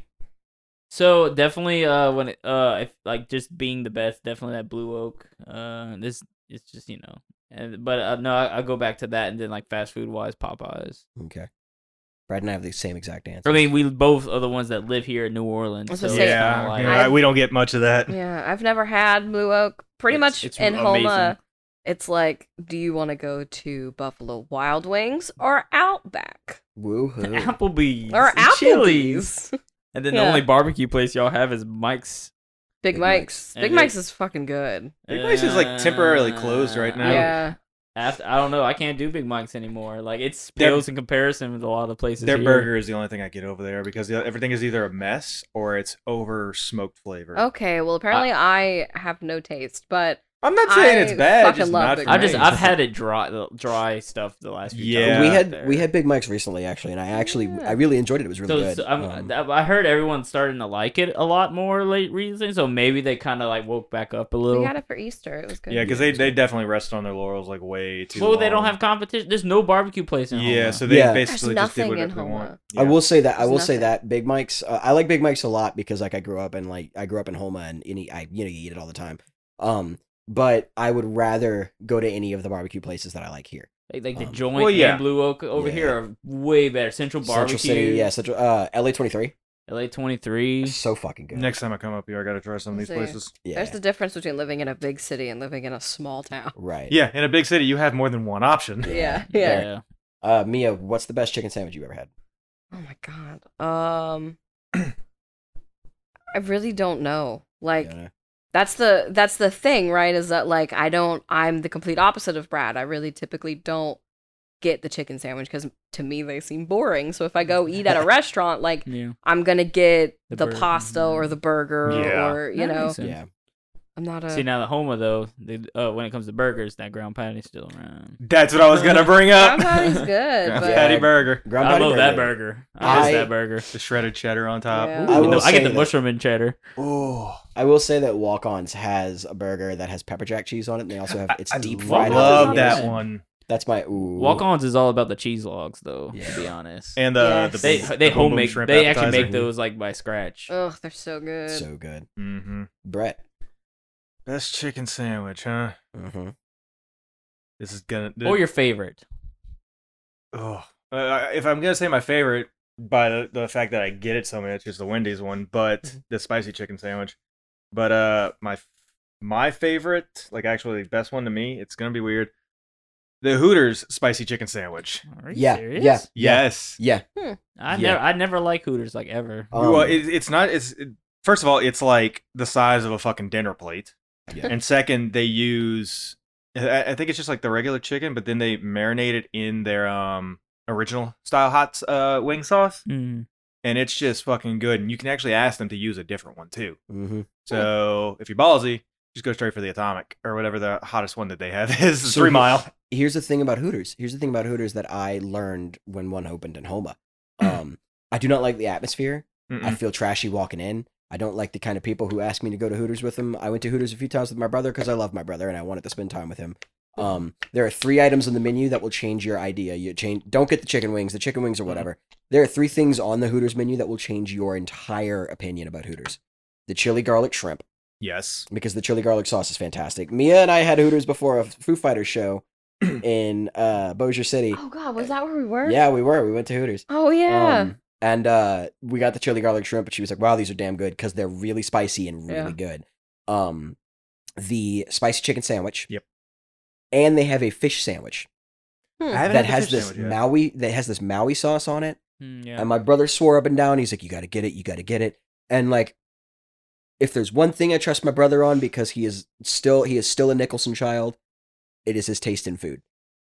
[SPEAKER 3] So definitely, uh, when it, uh, if, like just being the best, definitely that Blue Oak. Uh, this it's just you know, and but uh, no, I, I go back to that, and then like fast food wise, Popeyes.
[SPEAKER 2] Okay, Brad and I have the same exact answer.
[SPEAKER 3] I mean, we both are the ones that live here in New Orleans.
[SPEAKER 5] I was
[SPEAKER 3] So
[SPEAKER 5] gonna
[SPEAKER 3] it's
[SPEAKER 5] say-
[SPEAKER 3] kinda
[SPEAKER 4] yeah,
[SPEAKER 3] like,
[SPEAKER 4] yeah,
[SPEAKER 5] I-
[SPEAKER 4] we don't get much of that.
[SPEAKER 5] Yeah, I've never had Blue Oak. Pretty
[SPEAKER 3] It's-
[SPEAKER 5] much
[SPEAKER 3] it's
[SPEAKER 5] in
[SPEAKER 3] amazing.
[SPEAKER 5] Homa, it's like, do you want to go to Buffalo Wild Wings or Outback
[SPEAKER 2] Woohoo!
[SPEAKER 3] Applebee's
[SPEAKER 5] or
[SPEAKER 3] and Chili's,
[SPEAKER 5] Applebee's?
[SPEAKER 3] and then the
[SPEAKER 5] Yeah.
[SPEAKER 3] only barbecue place y'all have is Mike's.
[SPEAKER 5] Big
[SPEAKER 2] Big
[SPEAKER 5] Mike's.
[SPEAKER 2] Mike's.
[SPEAKER 5] Big
[SPEAKER 3] And
[SPEAKER 5] Mike's
[SPEAKER 3] it-
[SPEAKER 5] is fucking good.
[SPEAKER 4] Big Mike's is, like, temporarily closed right now. No.
[SPEAKER 5] Yeah.
[SPEAKER 3] After, I don't know. I can't do Big Mike's anymore. Like it's
[SPEAKER 4] Their-
[SPEAKER 3] pales in comparison with a lot of places.
[SPEAKER 4] Their
[SPEAKER 3] here.
[SPEAKER 4] burger is the only thing I get over there because the- everything is either a mess or it's over smoked flavor.
[SPEAKER 5] Okay. Well, apparently I have no taste, but
[SPEAKER 4] I'm not saying it's
[SPEAKER 5] I
[SPEAKER 4] bad.
[SPEAKER 5] fucking
[SPEAKER 4] Just
[SPEAKER 5] love
[SPEAKER 4] not
[SPEAKER 5] the
[SPEAKER 4] for
[SPEAKER 3] I just
[SPEAKER 4] me.
[SPEAKER 5] Nice.
[SPEAKER 3] I've had it dry the dry stuff the last few
[SPEAKER 4] Yeah.
[SPEAKER 3] times.
[SPEAKER 2] we
[SPEAKER 3] out
[SPEAKER 2] had
[SPEAKER 3] there.
[SPEAKER 2] we had Big Mike's recently actually, and I actually
[SPEAKER 5] Yeah.
[SPEAKER 2] I really enjoyed it. It was really
[SPEAKER 3] so,
[SPEAKER 2] good.
[SPEAKER 3] so I'm,
[SPEAKER 2] Um,
[SPEAKER 3] I heard everyone starting to like it a lot more late recently, so maybe they kind of like woke back up a
[SPEAKER 5] We
[SPEAKER 3] little.
[SPEAKER 5] got it for Easter. It was good.
[SPEAKER 4] Yeah, because they, they definitely rest on their laurels like way too.
[SPEAKER 3] Well, they don't
[SPEAKER 4] long.
[SPEAKER 3] have competition. There's no barbecue place in
[SPEAKER 4] Yeah,
[SPEAKER 3] Houma.
[SPEAKER 4] so they
[SPEAKER 2] Yeah.
[SPEAKER 4] basically
[SPEAKER 5] There's
[SPEAKER 4] just did
[SPEAKER 5] nothing in
[SPEAKER 4] whatever they want.
[SPEAKER 5] Houma.
[SPEAKER 2] I will say that I
[SPEAKER 5] There's
[SPEAKER 2] will say
[SPEAKER 5] nothing.
[SPEAKER 2] that Big Mike's. Uh, I like Big Mike's a lot because like I grew up and like I grew up in Homa and any I you know you eat it all the time. Um, but I would rather go to any of the barbecue places that I like here.
[SPEAKER 3] like, like the
[SPEAKER 2] Um,
[SPEAKER 3] joint
[SPEAKER 4] well, yeah.
[SPEAKER 3] and Blue Oak over
[SPEAKER 2] Yeah.
[SPEAKER 3] here are way better. Central Barbecue,
[SPEAKER 2] Central City, yeah, Central uh, LA twenty three,
[SPEAKER 3] LA 23.
[SPEAKER 2] so fucking good.
[SPEAKER 4] Next time I come up here, I gotta try some of these
[SPEAKER 5] Same.
[SPEAKER 4] places.
[SPEAKER 2] yeah,
[SPEAKER 5] There's the difference between living in a big city and living in a small town.
[SPEAKER 2] right.
[SPEAKER 4] Yeah, in a big city, you have more than one option.
[SPEAKER 5] Yeah, yeah.
[SPEAKER 3] Yeah.
[SPEAKER 2] Uh, Mia, what's the best chicken sandwich you ever had?
[SPEAKER 5] Oh my god. Um, I really don't know. Like
[SPEAKER 2] You know?
[SPEAKER 5] that's the that's the thing, right? Is that like I don't. I'm the complete opposite of Brad. I really typically don't get the chicken sandwich because to me they seem boring. So if I go eat at a restaurant, like
[SPEAKER 3] Yeah.
[SPEAKER 5] I'm gonna get
[SPEAKER 3] The
[SPEAKER 5] the, mm-hmm.
[SPEAKER 3] burger.
[SPEAKER 5] pasta or the burger
[SPEAKER 4] Yeah.
[SPEAKER 5] or you
[SPEAKER 3] That
[SPEAKER 5] know.
[SPEAKER 3] makes sense.
[SPEAKER 2] yeah.
[SPEAKER 5] I'm not a.
[SPEAKER 3] See now the Homa though, they, uh, when it comes to burgers, that ground patty's still around.
[SPEAKER 4] That's what I was gonna bring up.
[SPEAKER 5] Ground patty's good,
[SPEAKER 4] Ground
[SPEAKER 5] but
[SPEAKER 4] patty burger,
[SPEAKER 2] Ground
[SPEAKER 3] I
[SPEAKER 2] patty
[SPEAKER 3] love that burger. I,
[SPEAKER 2] I-
[SPEAKER 3] miss that burger.
[SPEAKER 4] the shredded cheddar on top.
[SPEAKER 5] Yeah.
[SPEAKER 2] I
[SPEAKER 3] You know,
[SPEAKER 2] will
[SPEAKER 3] I get
[SPEAKER 2] say
[SPEAKER 3] the
[SPEAKER 2] that-
[SPEAKER 3] mushroom and cheddar.
[SPEAKER 4] Ooh.
[SPEAKER 2] I will say that Walk Ons has a burger that has pepper jack cheese on it, and they also have it's
[SPEAKER 4] I
[SPEAKER 2] deep fried.
[SPEAKER 3] Walk-Ons.
[SPEAKER 4] love
[SPEAKER 2] onions.
[SPEAKER 4] that one.
[SPEAKER 2] That's my ooh.
[SPEAKER 3] Walk-ons is all about the cheese logs though,
[SPEAKER 2] Yeah.
[SPEAKER 3] to be honest.
[SPEAKER 4] And the,
[SPEAKER 5] Yes.
[SPEAKER 4] the
[SPEAKER 3] they
[SPEAKER 4] boom-
[SPEAKER 3] they
[SPEAKER 4] the boom boom
[SPEAKER 3] homemade
[SPEAKER 4] shrimp
[SPEAKER 3] they actually
[SPEAKER 4] appetizer.
[SPEAKER 3] make those like by scratch.
[SPEAKER 5] Ugh, they're so good.
[SPEAKER 2] So good,
[SPEAKER 4] Mhm.
[SPEAKER 2] Brett.
[SPEAKER 4] Best chicken sandwich, huh?
[SPEAKER 2] Mm-hmm.
[SPEAKER 4] This is gonna.
[SPEAKER 3] or your favorite.
[SPEAKER 4] Oh, uh, if I'm gonna say my favorite by the, the fact that I get it so much is the Wendy's one, but the spicy chicken sandwich. But uh, my f- my favorite, like actually the best one to me, it's gonna be weird. The Hooters spicy chicken sandwich.
[SPEAKER 3] Are you
[SPEAKER 2] Yeah,
[SPEAKER 3] serious?
[SPEAKER 2] yeah, yeah,
[SPEAKER 4] Yes.
[SPEAKER 2] yeah. Yeah.
[SPEAKER 3] I never I never like Hooters like ever.
[SPEAKER 2] Um,
[SPEAKER 4] well, it, it's not. It's it- first of all, it's like the size of a fucking dinner plate,
[SPEAKER 2] Yeah.
[SPEAKER 4] and second, they use. I, I think it's just like the regular chicken, but then they marinate it in their um original style hot uh wing sauce.
[SPEAKER 3] Mm.
[SPEAKER 4] and it's just fucking good. And you can actually ask them to use a different one too.
[SPEAKER 2] Mm-hmm.
[SPEAKER 4] So if you're ballsy, just go straight for the atomic or whatever the hottest one that they have is.
[SPEAKER 2] So
[SPEAKER 4] three
[SPEAKER 2] he-
[SPEAKER 4] mile.
[SPEAKER 2] Here's the thing about Hooters. Here's the thing about Hooters that I learned when one opened in Homa. Um, I do not like the atmosphere. I
[SPEAKER 4] Hmm. Mm-mm.
[SPEAKER 2] feel trashy walking in. I don't like the kind of people who ask me to go to Hooters with them. I went to Hooters a few times with my brother because I love my brother and I wanted to spend time with him. Um, there are three items on the menu that will change your idea. You change. Don't get the chicken wings. The chicken wings or whatever. There are three things on the Hooters menu that will change your entire opinion about Hooters. The chili garlic shrimp.
[SPEAKER 4] Yes.
[SPEAKER 2] because the chili garlic sauce is fantastic. Mia and I had Hooters before a Foo Fighters show in uh, Bossier City.
[SPEAKER 5] Oh god, was that where we were?
[SPEAKER 2] Yeah, we were. We went to Hooters.
[SPEAKER 5] Oh yeah.
[SPEAKER 2] Um, and uh, we got the chili garlic shrimp, but she was like, "Wow, these are damn good because they're really spicy and really good." Um, the spicy chicken sandwich.
[SPEAKER 4] Yep.
[SPEAKER 2] And they have a fish sandwich
[SPEAKER 5] Hmm.
[SPEAKER 4] haven't
[SPEAKER 2] that
[SPEAKER 4] had the
[SPEAKER 2] has
[SPEAKER 4] fish
[SPEAKER 2] this
[SPEAKER 4] sandwich yet.
[SPEAKER 2] Maui that has this Maui sauce on it.
[SPEAKER 3] Mm, yeah.
[SPEAKER 2] And my brother swore up and down. He's like, "You got to get it. You got to get it." And like, if there's one thing I trust my brother on because he is still he is still a Nicholson child, it is his taste in food.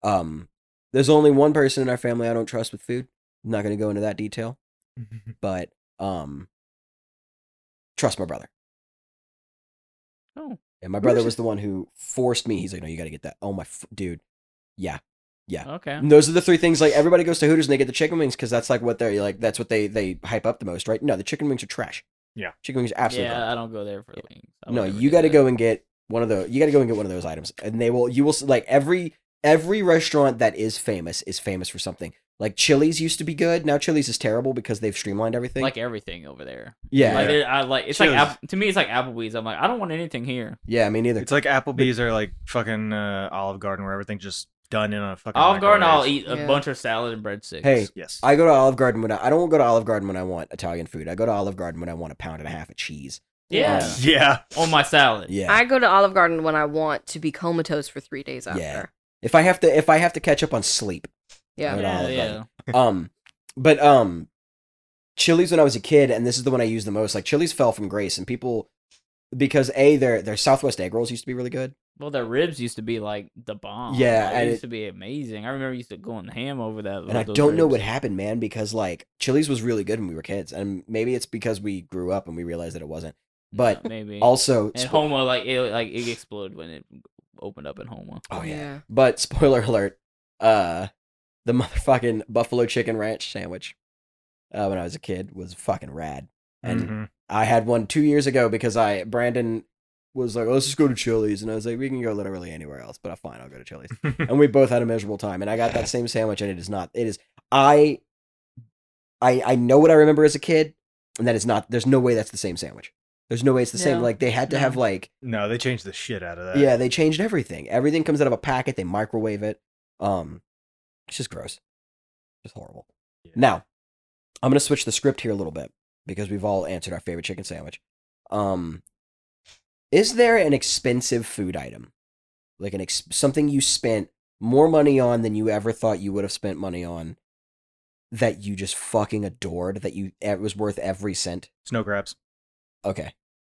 [SPEAKER 2] Um, there's only one person in our family I don't trust with food. I'm not going to go into that detail, but um, trust my brother.
[SPEAKER 3] Oh.
[SPEAKER 2] And my brother was the one who forced me. He's like, "No, you got to get that." Oh my f- dude, yeah, yeah.
[SPEAKER 3] Okay.
[SPEAKER 2] And those are the three things. Like everybody goes to Hooters and they get the chicken wings because that's like what they're like. That's what they they hype up the most, right? No, the chicken wings are trash.
[SPEAKER 4] Yeah.
[SPEAKER 2] chicken wings are absolutely.
[SPEAKER 3] yeah,
[SPEAKER 2] garbage.
[SPEAKER 3] I don't go there for the wings. I would
[SPEAKER 2] no,
[SPEAKER 3] never
[SPEAKER 2] you
[SPEAKER 3] do
[SPEAKER 2] got to
[SPEAKER 3] that.
[SPEAKER 2] go and get one of those. You got to go and get one of those items, and they will. You will s- like every every restaurant that is famous is famous for something. Like Chili's used to be good. Now Chili's is terrible because they've streamlined everything.
[SPEAKER 3] like everything over there.
[SPEAKER 2] yeah,
[SPEAKER 3] Like there- I like it's like
[SPEAKER 4] Chili's.
[SPEAKER 3] App- to me it's like Applebee's. I'm like I don't want anything here.
[SPEAKER 2] yeah. I mean, neither.
[SPEAKER 4] It's like Applebee's or like fucking uh, Olive Garden where everything's just done in a fucking.
[SPEAKER 3] Olive Garden, I'll
[SPEAKER 4] microwave.
[SPEAKER 3] eat a
[SPEAKER 5] Yeah.
[SPEAKER 3] bunch of salad and breadsticks.
[SPEAKER 2] Hey,
[SPEAKER 4] Yes.
[SPEAKER 2] I go to Olive Garden when I, I don't go to Olive Garden when I want Italian food. I go to Olive Garden when I want a pound and a half of cheese.
[SPEAKER 3] yeah,
[SPEAKER 2] Um,
[SPEAKER 4] yeah.
[SPEAKER 3] on my salad.
[SPEAKER 2] Yeah.
[SPEAKER 5] I go to Olive Garden when I want to be comatose for three days
[SPEAKER 2] Yeah.
[SPEAKER 5] after.
[SPEAKER 2] if I have to, if I have to catch up on sleep,
[SPEAKER 5] Yeah.
[SPEAKER 2] Right on.
[SPEAKER 3] yeah,
[SPEAKER 2] Olive
[SPEAKER 3] yeah.
[SPEAKER 2] Garden. um but um chili's when i was a kid and this is the one i used the most like chili's fell from grace and people because a their their southwest egg rolls used to be really good
[SPEAKER 3] Well, their ribs used to be like the bomb.
[SPEAKER 2] Yeah,
[SPEAKER 3] Like,
[SPEAKER 2] and
[SPEAKER 3] it used
[SPEAKER 2] it-
[SPEAKER 3] to be amazing. I remember used to going ham over that.
[SPEAKER 2] and i don't know what happened man because like chili's was really good when we were kids and maybe it's because we grew up and we realized that it wasn't But
[SPEAKER 3] maybe
[SPEAKER 2] also,
[SPEAKER 3] and
[SPEAKER 2] spo-
[SPEAKER 3] Homa like it like it exploded when it opened up in Homa.
[SPEAKER 2] oh yeah. But spoiler alert, uh, the motherfucking buffalo chicken ranch sandwich, uh, when I was a kid was fucking rad, and
[SPEAKER 4] Mhm.
[SPEAKER 2] I had one two years ago because I Brandon was like, let's just go to Chili's, and I was like, we can go literally anywhere else, but fine, I'll go to Chili's.
[SPEAKER 4] Mm-hmm.
[SPEAKER 2] and we both had a miserable time. And I got that same sandwich, and it is not. It is I, I, I know what I remember as a kid, and that is not. There's no way that's the same sandwich. There's no way it's the same.
[SPEAKER 3] No,
[SPEAKER 2] Like they had to
[SPEAKER 3] no.
[SPEAKER 2] have like
[SPEAKER 4] no, they changed the shit out of that.
[SPEAKER 2] yeah, they changed everything. Everything comes out of a packet. They microwave it. Um, it's just gross. Just horrible.
[SPEAKER 4] Yeah.
[SPEAKER 2] Now, I'm gonna switch the script here a little bit because we've all answered our favorite chicken sandwich. Um, is there an expensive food item, like an ex- something you spent more money on than you ever thought you would have spent money on, that you just fucking adored, that you it was worth every cent?
[SPEAKER 4] Snow crabs.
[SPEAKER 2] Okay,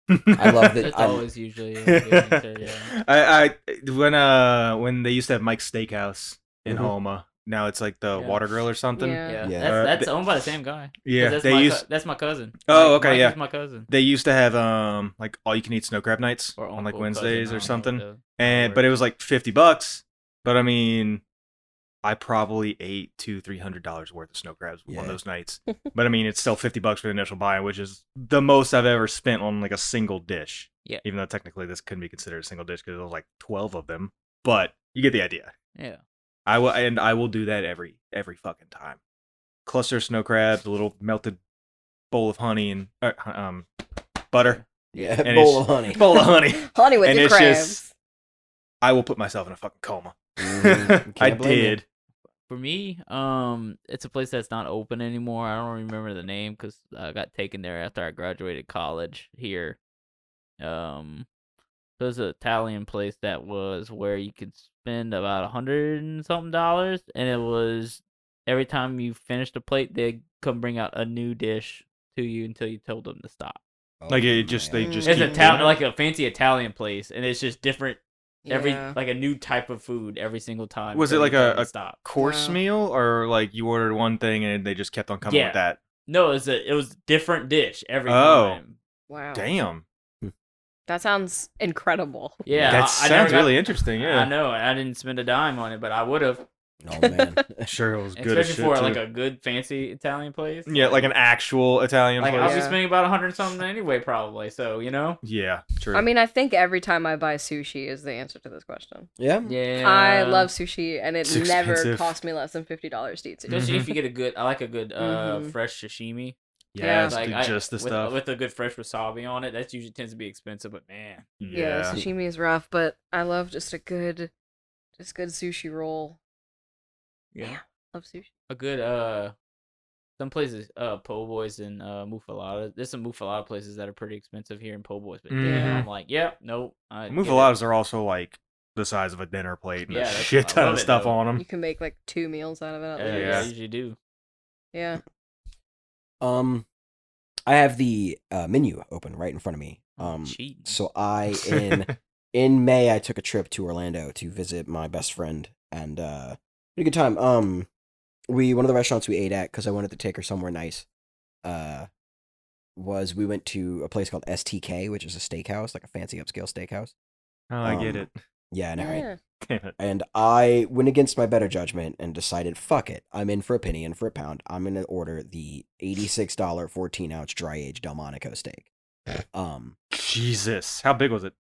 [SPEAKER 2] I love that.
[SPEAKER 3] That's
[SPEAKER 2] I,
[SPEAKER 3] always usually uh, the answer, yeah.
[SPEAKER 4] I, I when uh when they used to have Mike's Steakhouse in
[SPEAKER 2] Mhm.
[SPEAKER 4] Homa, now it's like the
[SPEAKER 3] Yeah.
[SPEAKER 4] Water Grill or something. Yeah,
[SPEAKER 3] Yeah,
[SPEAKER 5] Yeah.
[SPEAKER 2] Yeah.
[SPEAKER 4] Uh,
[SPEAKER 3] that's that's
[SPEAKER 4] they-
[SPEAKER 3] owned by the same guy. 'Cause that's
[SPEAKER 4] they
[SPEAKER 3] my
[SPEAKER 4] used
[SPEAKER 3] cou- that's my cousin.
[SPEAKER 4] Oh,
[SPEAKER 3] Mike-
[SPEAKER 4] okay,
[SPEAKER 3] Mike
[SPEAKER 4] yeah.
[SPEAKER 3] is my cousin.
[SPEAKER 4] they used to have um like all you can eat snow crab nights
[SPEAKER 3] Or
[SPEAKER 4] on like
[SPEAKER 3] uncle, cousin,
[SPEAKER 4] Wednesdays
[SPEAKER 3] I don't
[SPEAKER 4] or
[SPEAKER 3] know
[SPEAKER 4] something,
[SPEAKER 3] what
[SPEAKER 4] and but it was like fifty bucks. But I mean, I probably ate two three hundred dollars worth of snow crabs
[SPEAKER 2] Yeah.
[SPEAKER 4] on those nights. but I mean, it's still fifty bucks for the initial buy, which is the most I've ever spent on like a single dish.
[SPEAKER 3] Yeah.
[SPEAKER 4] Even though technically this couldn't be considered a single dish because there was like twelve of them, but you get the idea.
[SPEAKER 3] the- yeah.
[SPEAKER 4] I will, and I will do that every every fucking time. Cluster of snow crabs, a little melted bowl of honey and uh, um butter,
[SPEAKER 2] yeah,
[SPEAKER 4] And
[SPEAKER 2] bowl
[SPEAKER 4] it's-
[SPEAKER 2] of honey.
[SPEAKER 4] bowl of honey.
[SPEAKER 5] Honey with
[SPEAKER 4] And
[SPEAKER 5] the
[SPEAKER 4] it's
[SPEAKER 5] crabs.
[SPEAKER 4] just- I will put myself in a fucking coma.
[SPEAKER 2] Mhm.
[SPEAKER 4] I
[SPEAKER 2] Can't blame you.
[SPEAKER 4] did.
[SPEAKER 3] For me, um, it's a place that's not open anymore. I don't remember the name because I got taken there after I graduated college here. Um, it was an Italian place that was where you could spend about a hundred and something dollars, and it was every time you finished a plate, they'd come bring out a new dish to you until you told them to stop.
[SPEAKER 4] Like
[SPEAKER 2] Oh,
[SPEAKER 4] it just they
[SPEAKER 5] Mm.
[SPEAKER 4] just
[SPEAKER 3] It's
[SPEAKER 4] keep
[SPEAKER 3] a
[SPEAKER 5] doing
[SPEAKER 3] town
[SPEAKER 4] doing
[SPEAKER 3] like
[SPEAKER 4] it.
[SPEAKER 3] a fancy Italian place, and it's just different every
[SPEAKER 5] Yeah.
[SPEAKER 3] like a new type of food every single time.
[SPEAKER 4] Was it
[SPEAKER 3] until
[SPEAKER 4] like
[SPEAKER 3] you tell
[SPEAKER 4] a-
[SPEAKER 3] them to
[SPEAKER 4] a
[SPEAKER 3] stop?
[SPEAKER 4] course
[SPEAKER 5] Wow.
[SPEAKER 4] meal or like you ordered one thing and they just kept on coming
[SPEAKER 3] Yeah.
[SPEAKER 4] with that.
[SPEAKER 3] No, it was a, it was different dish every
[SPEAKER 4] Oh.
[SPEAKER 3] time.
[SPEAKER 5] Wow.
[SPEAKER 4] Damn,
[SPEAKER 5] That sounds incredible.
[SPEAKER 3] Yeah,
[SPEAKER 4] that
[SPEAKER 3] I- I never
[SPEAKER 4] sounds
[SPEAKER 3] got-
[SPEAKER 4] really interesting. Yeah,
[SPEAKER 3] I know. and I didn't spend a dime on it, but I would have,
[SPEAKER 2] Oh man.
[SPEAKER 4] sure it was good as
[SPEAKER 3] especially
[SPEAKER 4] shit.
[SPEAKER 3] for
[SPEAKER 4] too.
[SPEAKER 3] like a good fancy Italian place.
[SPEAKER 4] yeah, like an actual Italian
[SPEAKER 3] like
[SPEAKER 4] place.
[SPEAKER 3] I was
[SPEAKER 5] Yeah.
[SPEAKER 3] spending about a hundred something anyway, probably. So you know.
[SPEAKER 4] yeah, true.
[SPEAKER 5] I mean, I think every time I buy sushi is the answer to this question.
[SPEAKER 2] Yeah.
[SPEAKER 3] Yeah,
[SPEAKER 5] I love sushi, and it
[SPEAKER 4] It's
[SPEAKER 5] never
[SPEAKER 4] expensive.
[SPEAKER 5] cost me less than fifty dollars to eat sushi.
[SPEAKER 3] Especially if
[SPEAKER 4] Mm-hmm.
[SPEAKER 3] you get a good, I like a good uh,
[SPEAKER 5] Mhm.
[SPEAKER 3] fresh sashimi.
[SPEAKER 5] yeah.
[SPEAKER 4] yes,
[SPEAKER 3] like
[SPEAKER 4] dude,
[SPEAKER 3] I-
[SPEAKER 4] just the
[SPEAKER 3] with,
[SPEAKER 4] stuff.
[SPEAKER 3] with a good fresh wasabi on it. That usually tends to be expensive, but man,
[SPEAKER 4] Mm.
[SPEAKER 5] Yeah, sashimi is rough, but I love just a good, just good sushi roll.
[SPEAKER 3] yeah,
[SPEAKER 5] Yeah. Love sushi.
[SPEAKER 3] a good uh, some places uh, po' boys and uh, mufalada. There's some mufalada places that are pretty expensive here in po' boys, but damn,
[SPEAKER 4] Mhm.
[SPEAKER 3] I'm like, yep, nope. I get it.
[SPEAKER 4] Mufaladas are also like the size of a dinner plate and
[SPEAKER 3] Yeah,
[SPEAKER 4] a
[SPEAKER 3] that's- I
[SPEAKER 4] shit ton
[SPEAKER 3] love
[SPEAKER 4] of
[SPEAKER 3] it,
[SPEAKER 4] stuff
[SPEAKER 3] though.
[SPEAKER 4] on
[SPEAKER 5] You
[SPEAKER 4] them.
[SPEAKER 5] can make like two meals out of
[SPEAKER 3] Uh,
[SPEAKER 5] it. At
[SPEAKER 3] yeah,
[SPEAKER 5] least.
[SPEAKER 4] Hmm. Yeah.
[SPEAKER 3] they usually do.
[SPEAKER 5] Yeah.
[SPEAKER 2] Um, I have the uh, menu open right in front of me.
[SPEAKER 3] Oh,
[SPEAKER 2] Um,
[SPEAKER 3] cheating.
[SPEAKER 2] so I in in May I took a trip to Orlando to visit my best friend and uh, had a good time. Um, we one of the restaurants we ate at because I wanted to take her somewhere nice. Uh, was we went to a place called STK, which is a steakhouse, like a fancy upscale steakhouse.
[SPEAKER 4] oh, I get
[SPEAKER 2] Um,
[SPEAKER 4] it.
[SPEAKER 2] Yeah, I know, right?
[SPEAKER 5] Yeah.
[SPEAKER 4] Damn it.
[SPEAKER 2] and I went against my better judgment and decided, fuck it, I'm in for a penny and for a pound. I'm gonna order the eighty-six dollar fourteen ounce dry aged Delmonico steak. Um,
[SPEAKER 4] Jesus, how big was it?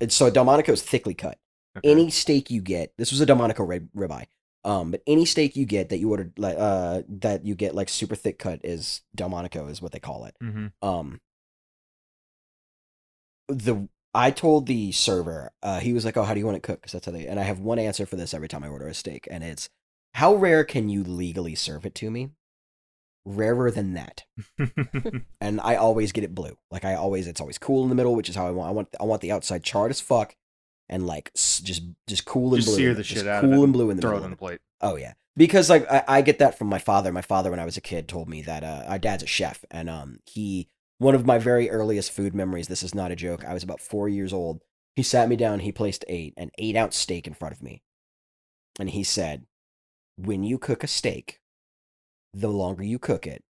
[SPEAKER 2] and so Delmonico is thickly cut.
[SPEAKER 4] Okay.
[SPEAKER 2] Any steak you get, this was a Delmonico rib ribeye. Um, but any steak you get that you ordered, like uh, that you get like super thick cut is Delmonico is what they call it.
[SPEAKER 4] Mhm.
[SPEAKER 2] um the I told the server, uh, he was like, "Oh, how do you want it cooked?" Because that's how they. And I have one answer for this every time I order a steak, and it's, "How rare can you legally serve it to me?" Rarer than that, and I always get it blue. Like I always, it's always cool in the middle, which is how I want. I want, I want the outside charred as fuck, and like s- just, just cool and
[SPEAKER 4] Just
[SPEAKER 2] blue.
[SPEAKER 4] sear
[SPEAKER 2] in
[SPEAKER 4] the
[SPEAKER 2] it,
[SPEAKER 4] shit
[SPEAKER 2] just
[SPEAKER 4] out
[SPEAKER 2] cool
[SPEAKER 4] of it.
[SPEAKER 2] and blue in the
[SPEAKER 4] Throw
[SPEAKER 2] middle of
[SPEAKER 4] it on
[SPEAKER 2] it.
[SPEAKER 4] the plate.
[SPEAKER 2] Oh yeah, because like I, I get that from my father. My father, when I was a kid, told me that uh, our dad's a chef, and um, he one of my very earliest food memories. This is not a joke. I was about four years old. He sat me down. He placed a an eight ounce steak in front of me, and he said, "When you cook a steak, the longer you cook it,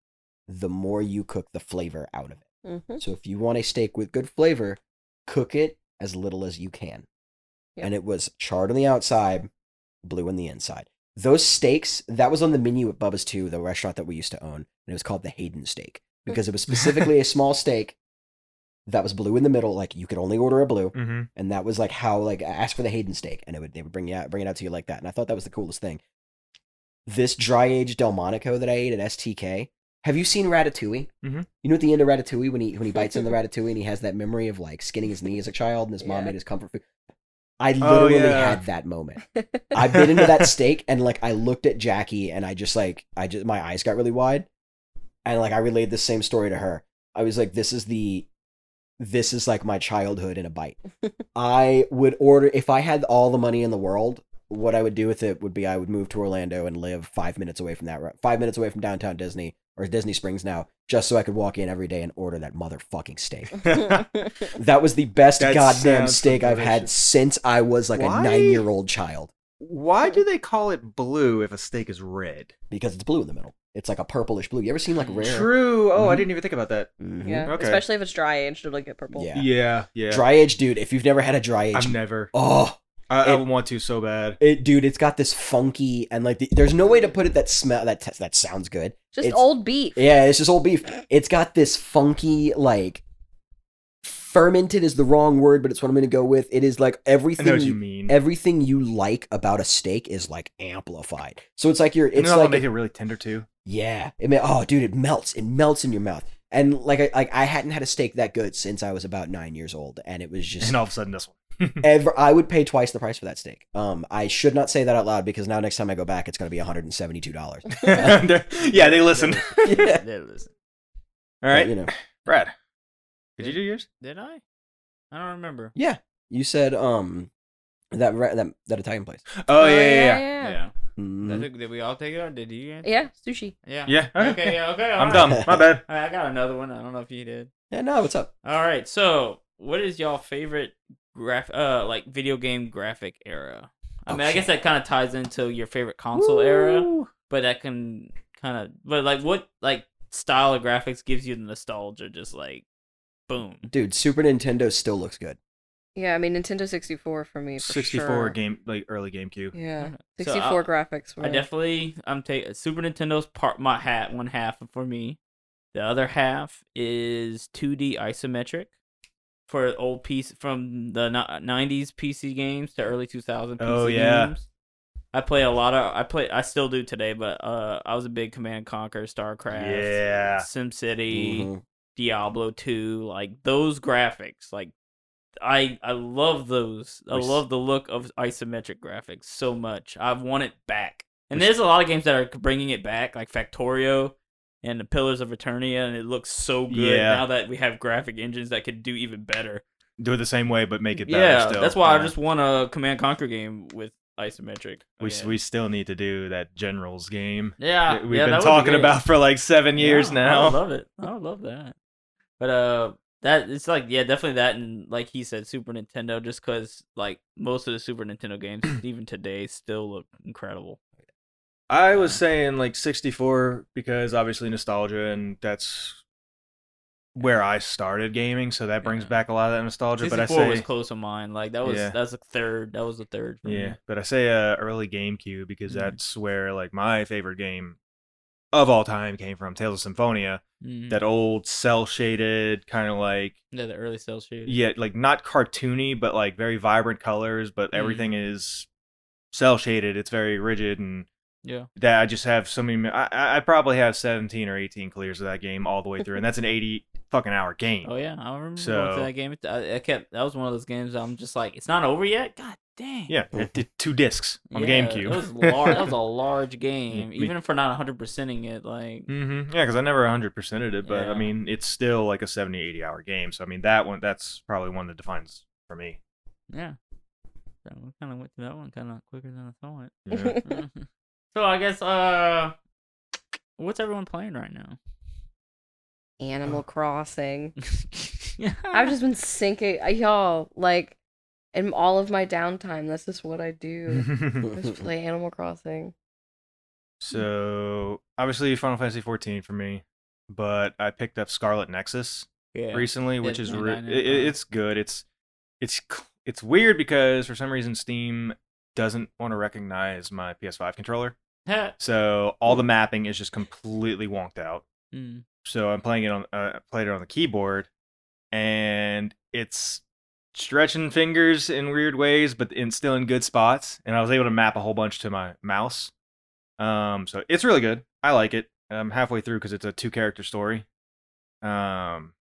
[SPEAKER 2] the more you cook the flavor out of it."
[SPEAKER 5] Mm-hmm.
[SPEAKER 2] So if you want a steak with good flavor, cook it as little as you can.
[SPEAKER 5] Yep.
[SPEAKER 2] And it was charred on the outside, blue on the inside. Those steaks, that was on the menu at Bubba's too, the restaurant that we used to own, and it was called the Hayden steak because it was specifically a small steak that was blue in the middle, like you could only order a blue,
[SPEAKER 4] Mm-hmm.
[SPEAKER 2] and that was like how like ask for the Hayden steak, and it would they would bring you out, bring it out to you like that, and I thought that was the coolest thing. This dry aged Delmonico that I ate at STK. Have you seen Ratatouille?
[SPEAKER 4] Mhm.
[SPEAKER 2] You know at the end of Ratatouille when he when he bites into the Ratatouille and he has that memory of like skinning his knee as a child and his mom
[SPEAKER 5] Yeah.
[SPEAKER 2] made his comfort food. I
[SPEAKER 4] Oh,
[SPEAKER 2] literally
[SPEAKER 4] yeah.
[SPEAKER 2] had that moment. I bit into that steak and like I looked at Jackie and I just like I just my eyes got really wide and like I relayed the same story to her. I was like this is the this is like my childhood in a bite. I would order if I had all the money in the world, what I would do with it would be I would move to Orlando and live 5 minutes away from that ru- 5 minutes away from downtown Disney or Disney Springs now just so I could walk in every day and order that motherfucking steak. That was the best
[SPEAKER 4] That
[SPEAKER 2] goddamn
[SPEAKER 4] sounds
[SPEAKER 2] steak I've had
[SPEAKER 4] delicious.
[SPEAKER 2] since I was like
[SPEAKER 4] Why?
[SPEAKER 2] a 9-year-old child.
[SPEAKER 4] Why do they call it blue if a steak is red?
[SPEAKER 2] because it's blue in the middle. It's like a purplish blue. You ever seen like rare?
[SPEAKER 4] True. Oh, I
[SPEAKER 2] Mhm.
[SPEAKER 4] didn't even think about that.
[SPEAKER 2] Mhm.
[SPEAKER 5] yeah,
[SPEAKER 4] Okay.
[SPEAKER 5] especially if it's dry aged, it'll get purple.
[SPEAKER 2] Yeah.
[SPEAKER 4] Yeah, yeah.
[SPEAKER 2] Dry age, dude. If you've never had a dry age,
[SPEAKER 4] I've never.
[SPEAKER 2] oh,
[SPEAKER 4] I, I
[SPEAKER 2] It-
[SPEAKER 4] would want to so bad.
[SPEAKER 2] it, dude, it's got this funky and like the, there's no way to put it that smell that t- that sounds good.
[SPEAKER 5] Just
[SPEAKER 2] It's-
[SPEAKER 5] old beef.
[SPEAKER 2] Yeah, it's just old beef. It's got this funky like fermented is the wrong word, but it's what I'm gonna go with. It is like
[SPEAKER 4] I
[SPEAKER 2] everything
[SPEAKER 4] know what you mean.
[SPEAKER 2] everything you like about a steak is like amplified. So it's like you're
[SPEAKER 4] and
[SPEAKER 2] it's
[SPEAKER 4] then I'll
[SPEAKER 2] like
[SPEAKER 4] make it really tender too.
[SPEAKER 2] Yeah. It ma- oh, dude, it melts. It melts in your mouth. And like I like I hadn't had a steak that good since I was about nine years old, and it was just
[SPEAKER 4] And all of a sudden, this one.
[SPEAKER 2] ever. I would pay twice the price for that steak. Um, I should not say that out loud because now next time I go back, it's going to be one hundred and seventy-two dollars.
[SPEAKER 4] They're- yeah, they listen.
[SPEAKER 2] Yeah.
[SPEAKER 3] They listen.
[SPEAKER 4] All right,
[SPEAKER 2] you know.
[SPEAKER 4] Brad. Did you do yours?
[SPEAKER 3] Did I? I don't remember.
[SPEAKER 2] Yeah, you said um that re- that that Italian place.
[SPEAKER 4] Oh, yeah, yeah, yeah.
[SPEAKER 5] yeah.
[SPEAKER 2] Mhm.
[SPEAKER 3] Did, did we all take it or did you? answer?
[SPEAKER 5] Yeah, sushi.
[SPEAKER 3] Yeah.
[SPEAKER 4] Yeah, okay.
[SPEAKER 3] Okay. Yeah. Okay.
[SPEAKER 4] I'm
[SPEAKER 3] alright.
[SPEAKER 4] dumb. My bad.
[SPEAKER 3] Alright, I got another one. I don't know if you did.
[SPEAKER 2] Yeah, no, what's up?
[SPEAKER 3] All right. So, what is y'all favorite graph? Uh, like video game graphic era. I
[SPEAKER 2] Oh,
[SPEAKER 3] mean, I guess
[SPEAKER 2] shit.
[SPEAKER 3] that kind of ties into your favorite console era,
[SPEAKER 2] Woo.
[SPEAKER 3] but that can kind of. But like, what like style of graphics gives you the nostalgia? Just like, boom.
[SPEAKER 2] dude. Super Nintendo still looks good.
[SPEAKER 5] Yeah, I mean Nintendo 64 for me. For
[SPEAKER 4] 64
[SPEAKER 5] sure.
[SPEAKER 4] game, like early GameCube.
[SPEAKER 5] Yeah,
[SPEAKER 3] So
[SPEAKER 5] 64
[SPEAKER 3] I'll-
[SPEAKER 5] graphics. Were,
[SPEAKER 3] I definitely I'm taking Super Nintendo's part my hat one half for me. The other half is 2D isometric for old piece from the ni- 90s PC games to early 2000 PC
[SPEAKER 4] Oh, yeah.
[SPEAKER 3] games. I play a lot of I play I still do today, but uh I was a big Command and Conquer, StarCraft,
[SPEAKER 4] Yeah. Mm-hmm.
[SPEAKER 3] SimCity,
[SPEAKER 2] Mhm.
[SPEAKER 3] Diablo 2, like those graphics, like I I love those. I
[SPEAKER 4] We s-
[SPEAKER 3] love the look of isometric graphics so much. I want it back. And there's a lot of games that are bringing it back, like Factorio and the Pillars of Eternia, and it looks so good
[SPEAKER 4] Yeah.
[SPEAKER 3] now that we have graphic engines that could do even better.
[SPEAKER 4] Do it the same way, but make it better
[SPEAKER 3] yeah,
[SPEAKER 4] still.
[SPEAKER 3] that's why I
[SPEAKER 4] Yeah.
[SPEAKER 3] just want a Command Conquer game with isometric.
[SPEAKER 4] We,
[SPEAKER 3] yeah.
[SPEAKER 4] we still need to do that Generals game.
[SPEAKER 3] yeah,
[SPEAKER 4] that we've
[SPEAKER 3] yeah, that
[SPEAKER 4] been
[SPEAKER 3] would be
[SPEAKER 4] talking
[SPEAKER 3] great.
[SPEAKER 4] about for like seven years
[SPEAKER 3] Yeah, I
[SPEAKER 4] now.
[SPEAKER 3] love it. I love that. But uh, that it's like yeah, definitely that, and like he said, Super Nintendo. Just because like most of the Super Nintendo games, even today, still look incredible.
[SPEAKER 4] I was saying like 64 because obviously nostalgia and that's where I started gaming, so that brings
[SPEAKER 3] Yeah.
[SPEAKER 4] back a lot of that nostalgia. But I
[SPEAKER 3] 64 was
[SPEAKER 4] say,
[SPEAKER 3] close on mine. Like that was
[SPEAKER 4] Yeah.
[SPEAKER 3] that's a third. That was the third. for me.
[SPEAKER 4] yeah, but I say uh, early GameCube because
[SPEAKER 3] Mhm.
[SPEAKER 4] that's where like my favorite game of all time came from, Tales of Symphonia.
[SPEAKER 3] Mhm.
[SPEAKER 4] That old cell shaded kind of like
[SPEAKER 3] yeah, the early cell shading.
[SPEAKER 4] yeah, like not cartoony, but like very vibrant colors, but everything
[SPEAKER 3] Mm-hmm.
[SPEAKER 4] is cell shaded. It's very rigid and
[SPEAKER 3] yeah.
[SPEAKER 4] that I just have so many. I- I, I probably have 17 or 18 clears of that game all the way through, and that's an 80 fucking hour game.
[SPEAKER 3] Oh yeah, I remember going to
[SPEAKER 4] So-
[SPEAKER 3] that game. It- I, I kept that was one of those games. I'm just like, it's not over yet. God dang.
[SPEAKER 4] Yeah, it did two discs on
[SPEAKER 3] Yeah,
[SPEAKER 4] GameCube.
[SPEAKER 3] That was large. that was a large game.
[SPEAKER 4] Me-
[SPEAKER 3] Even for not 100 percenting it, like
[SPEAKER 4] Mm-hmm. Yeah, because I never 100%ed it, but
[SPEAKER 3] Yeah.
[SPEAKER 4] I mean, it's still like a 70, 80 hour game. So, I mean, that one, that's probably one that defines for me.
[SPEAKER 3] Yeah. So we kind of went through that one kind of quicker than I thought.
[SPEAKER 4] Yeah.
[SPEAKER 3] so I guess, uh, what's everyone playing right now? Oh.
[SPEAKER 5] Animal Crossing. I've just been sinking, I- y'all. Like, in all of my downtime, that's just what I do.
[SPEAKER 2] Mm-hmm.
[SPEAKER 5] I just play Animal Crossing.
[SPEAKER 4] so, obviously, Final Fantasy 14 for me, but I picked up Scarlet Nexus.
[SPEAKER 3] Yeah.
[SPEAKER 4] recently, which is re-
[SPEAKER 3] 29.95.
[SPEAKER 4] it, it's good. It's it's c- it's weird because for some reason Steam doesn't want to recognize my PS5 controller,
[SPEAKER 3] Ha.
[SPEAKER 4] so all the mapping is just completely wonked out.
[SPEAKER 3] Mm.
[SPEAKER 4] So I'm playing it on uh, I played it on the keyboard, and it's stretching fingers in weird ways, but in, still in good spots. And I was able to map a whole bunch to my mouse. Um, so it's really good. I like it. I'm halfway through because it's a two character story. Um,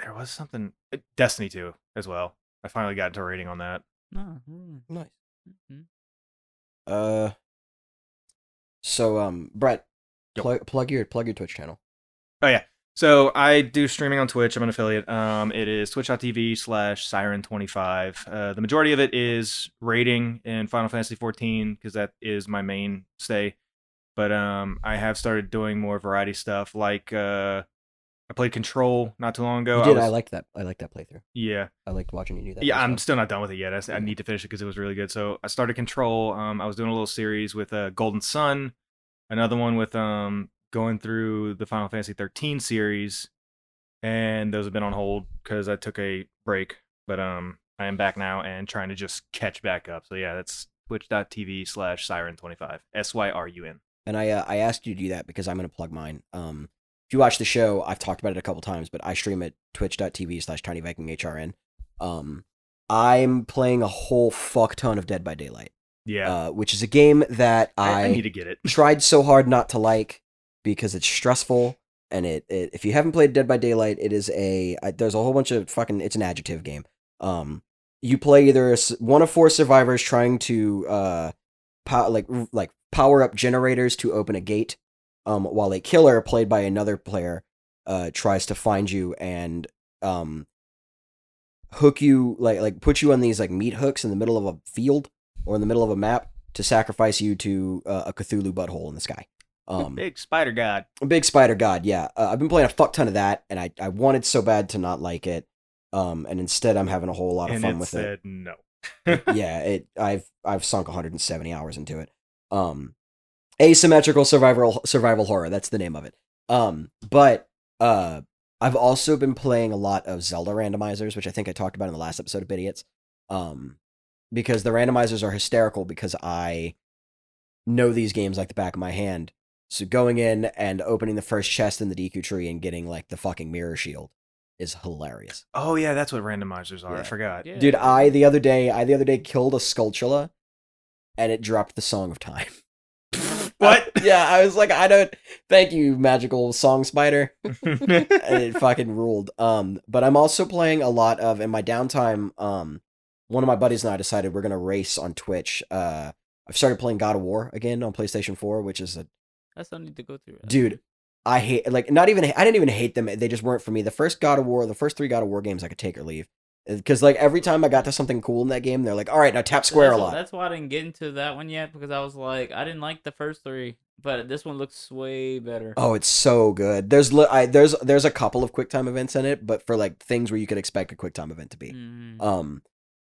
[SPEAKER 4] there was something uh, Destiny 2 as well. I finally got into a rating on that.
[SPEAKER 3] No, mm,
[SPEAKER 2] Nice.
[SPEAKER 3] mm.
[SPEAKER 2] Uh. So um, Brett,
[SPEAKER 4] Yo.
[SPEAKER 2] plug plug your plug your Twitch channel.
[SPEAKER 4] Oh, So I do streaming on Twitch. I'm an affiliate. Um, it is twitch.tv slash siren25. Uh, the majority of it is rating in Final Fantasy 14 because that is my main stay. But um, I have started doing more variety stuff. Like uh, I played Control not too long ago.
[SPEAKER 2] you did. I
[SPEAKER 4] was-
[SPEAKER 2] liked that. I liked that playthrough.
[SPEAKER 4] yeah.
[SPEAKER 2] I liked watching you do that. It
[SPEAKER 4] Yeah,
[SPEAKER 2] was
[SPEAKER 4] I'm
[SPEAKER 2] fun.
[SPEAKER 4] still not done with it yet. I, s- I need to finish it because it was really good. So I started Control. Um, I was doing a little series with uh, Golden Sun, another one with um going through the Final Fantasy 13 series, and those have been on hold because I took a break. But um, I am back now and trying to just catch back up. So yeah, that's twitch.tv slash siren25 s y r u n.
[SPEAKER 2] And I uh, I asked you to do that because I'm gonna plug mine. Um, if you watch the show, I've talked about it a couple times, but I stream at twitch.tv slash tinyvikinghrn. Um, I'm playing a whole fuck ton of Dead by Daylight,
[SPEAKER 4] Yeah,
[SPEAKER 2] uh, which is a game that
[SPEAKER 4] I, I need to get it.
[SPEAKER 2] tried so hard not to like because it's stressful and it, it if you haven't played Dead by Daylight, it is a I, there's a whole bunch of fucking it's an adjective game. Um, you play either a s one of four survivors trying to uh, pow- like like power up generators to open a gate, um, while a killer played by another player uh tries to find you and um hook you like like put you on these like meat hooks in the middle of a field or in the middle of a map to sacrifice you to uh, a Cthulhu butthole in the sky. Um,
[SPEAKER 4] Big spider god.
[SPEAKER 2] a big spider god yeah uh, i've been playing a fuck ton of that and I, I wanted so bad to not like it um and instead i'm having a whole lot of
[SPEAKER 4] And
[SPEAKER 2] fun
[SPEAKER 4] it
[SPEAKER 2] with it
[SPEAKER 4] said no.
[SPEAKER 2] yeah, it I've I've sunk 170 hours into it. Um asymmetrical survival survival horror, that's the name of it. Um but uh I've also been playing a lot of Zelda randomizers, which I think I talked about in the last episode of Idiots. Um because the randomizers are hysterical because I know these games like the back of my hand. So going in and opening the first chest in the Deku tree and getting like the fucking mirror shield is hilarious.
[SPEAKER 4] Oh yeah, that's what randomizers are. I
[SPEAKER 2] Yeah.
[SPEAKER 4] forgot.
[SPEAKER 3] Yeah.
[SPEAKER 2] Dude, I the other day, I the other day killed a sculptula, and it dropped the Song of Time.
[SPEAKER 4] What?
[SPEAKER 2] yeah, I was like, I don't. Thank you, magical song spider. And it fucking ruled. Um, but I'm also playing a lot of in my downtime. Um, one of my buddies and I decided we're gonna race on Twitch. Uh, I've started playing God of War again on PlayStation 4, which is a
[SPEAKER 3] I still need to go through. it.
[SPEAKER 2] dude i hate like not even i didn't even hate them they just weren't for me the first god of war the first three god of war games i could take or leave because like every time i got to something cool in that game they're like all right now tap square a
[SPEAKER 3] that's,
[SPEAKER 2] lot
[SPEAKER 3] That's why I didn't get into that one yet because I was like, I didn't like the first three, but this one looks way better.
[SPEAKER 2] oh it's so good there's li- I, there's there's a couple of quick time events in it but for like things where you could expect a quick time event to be
[SPEAKER 3] Mhm.
[SPEAKER 2] um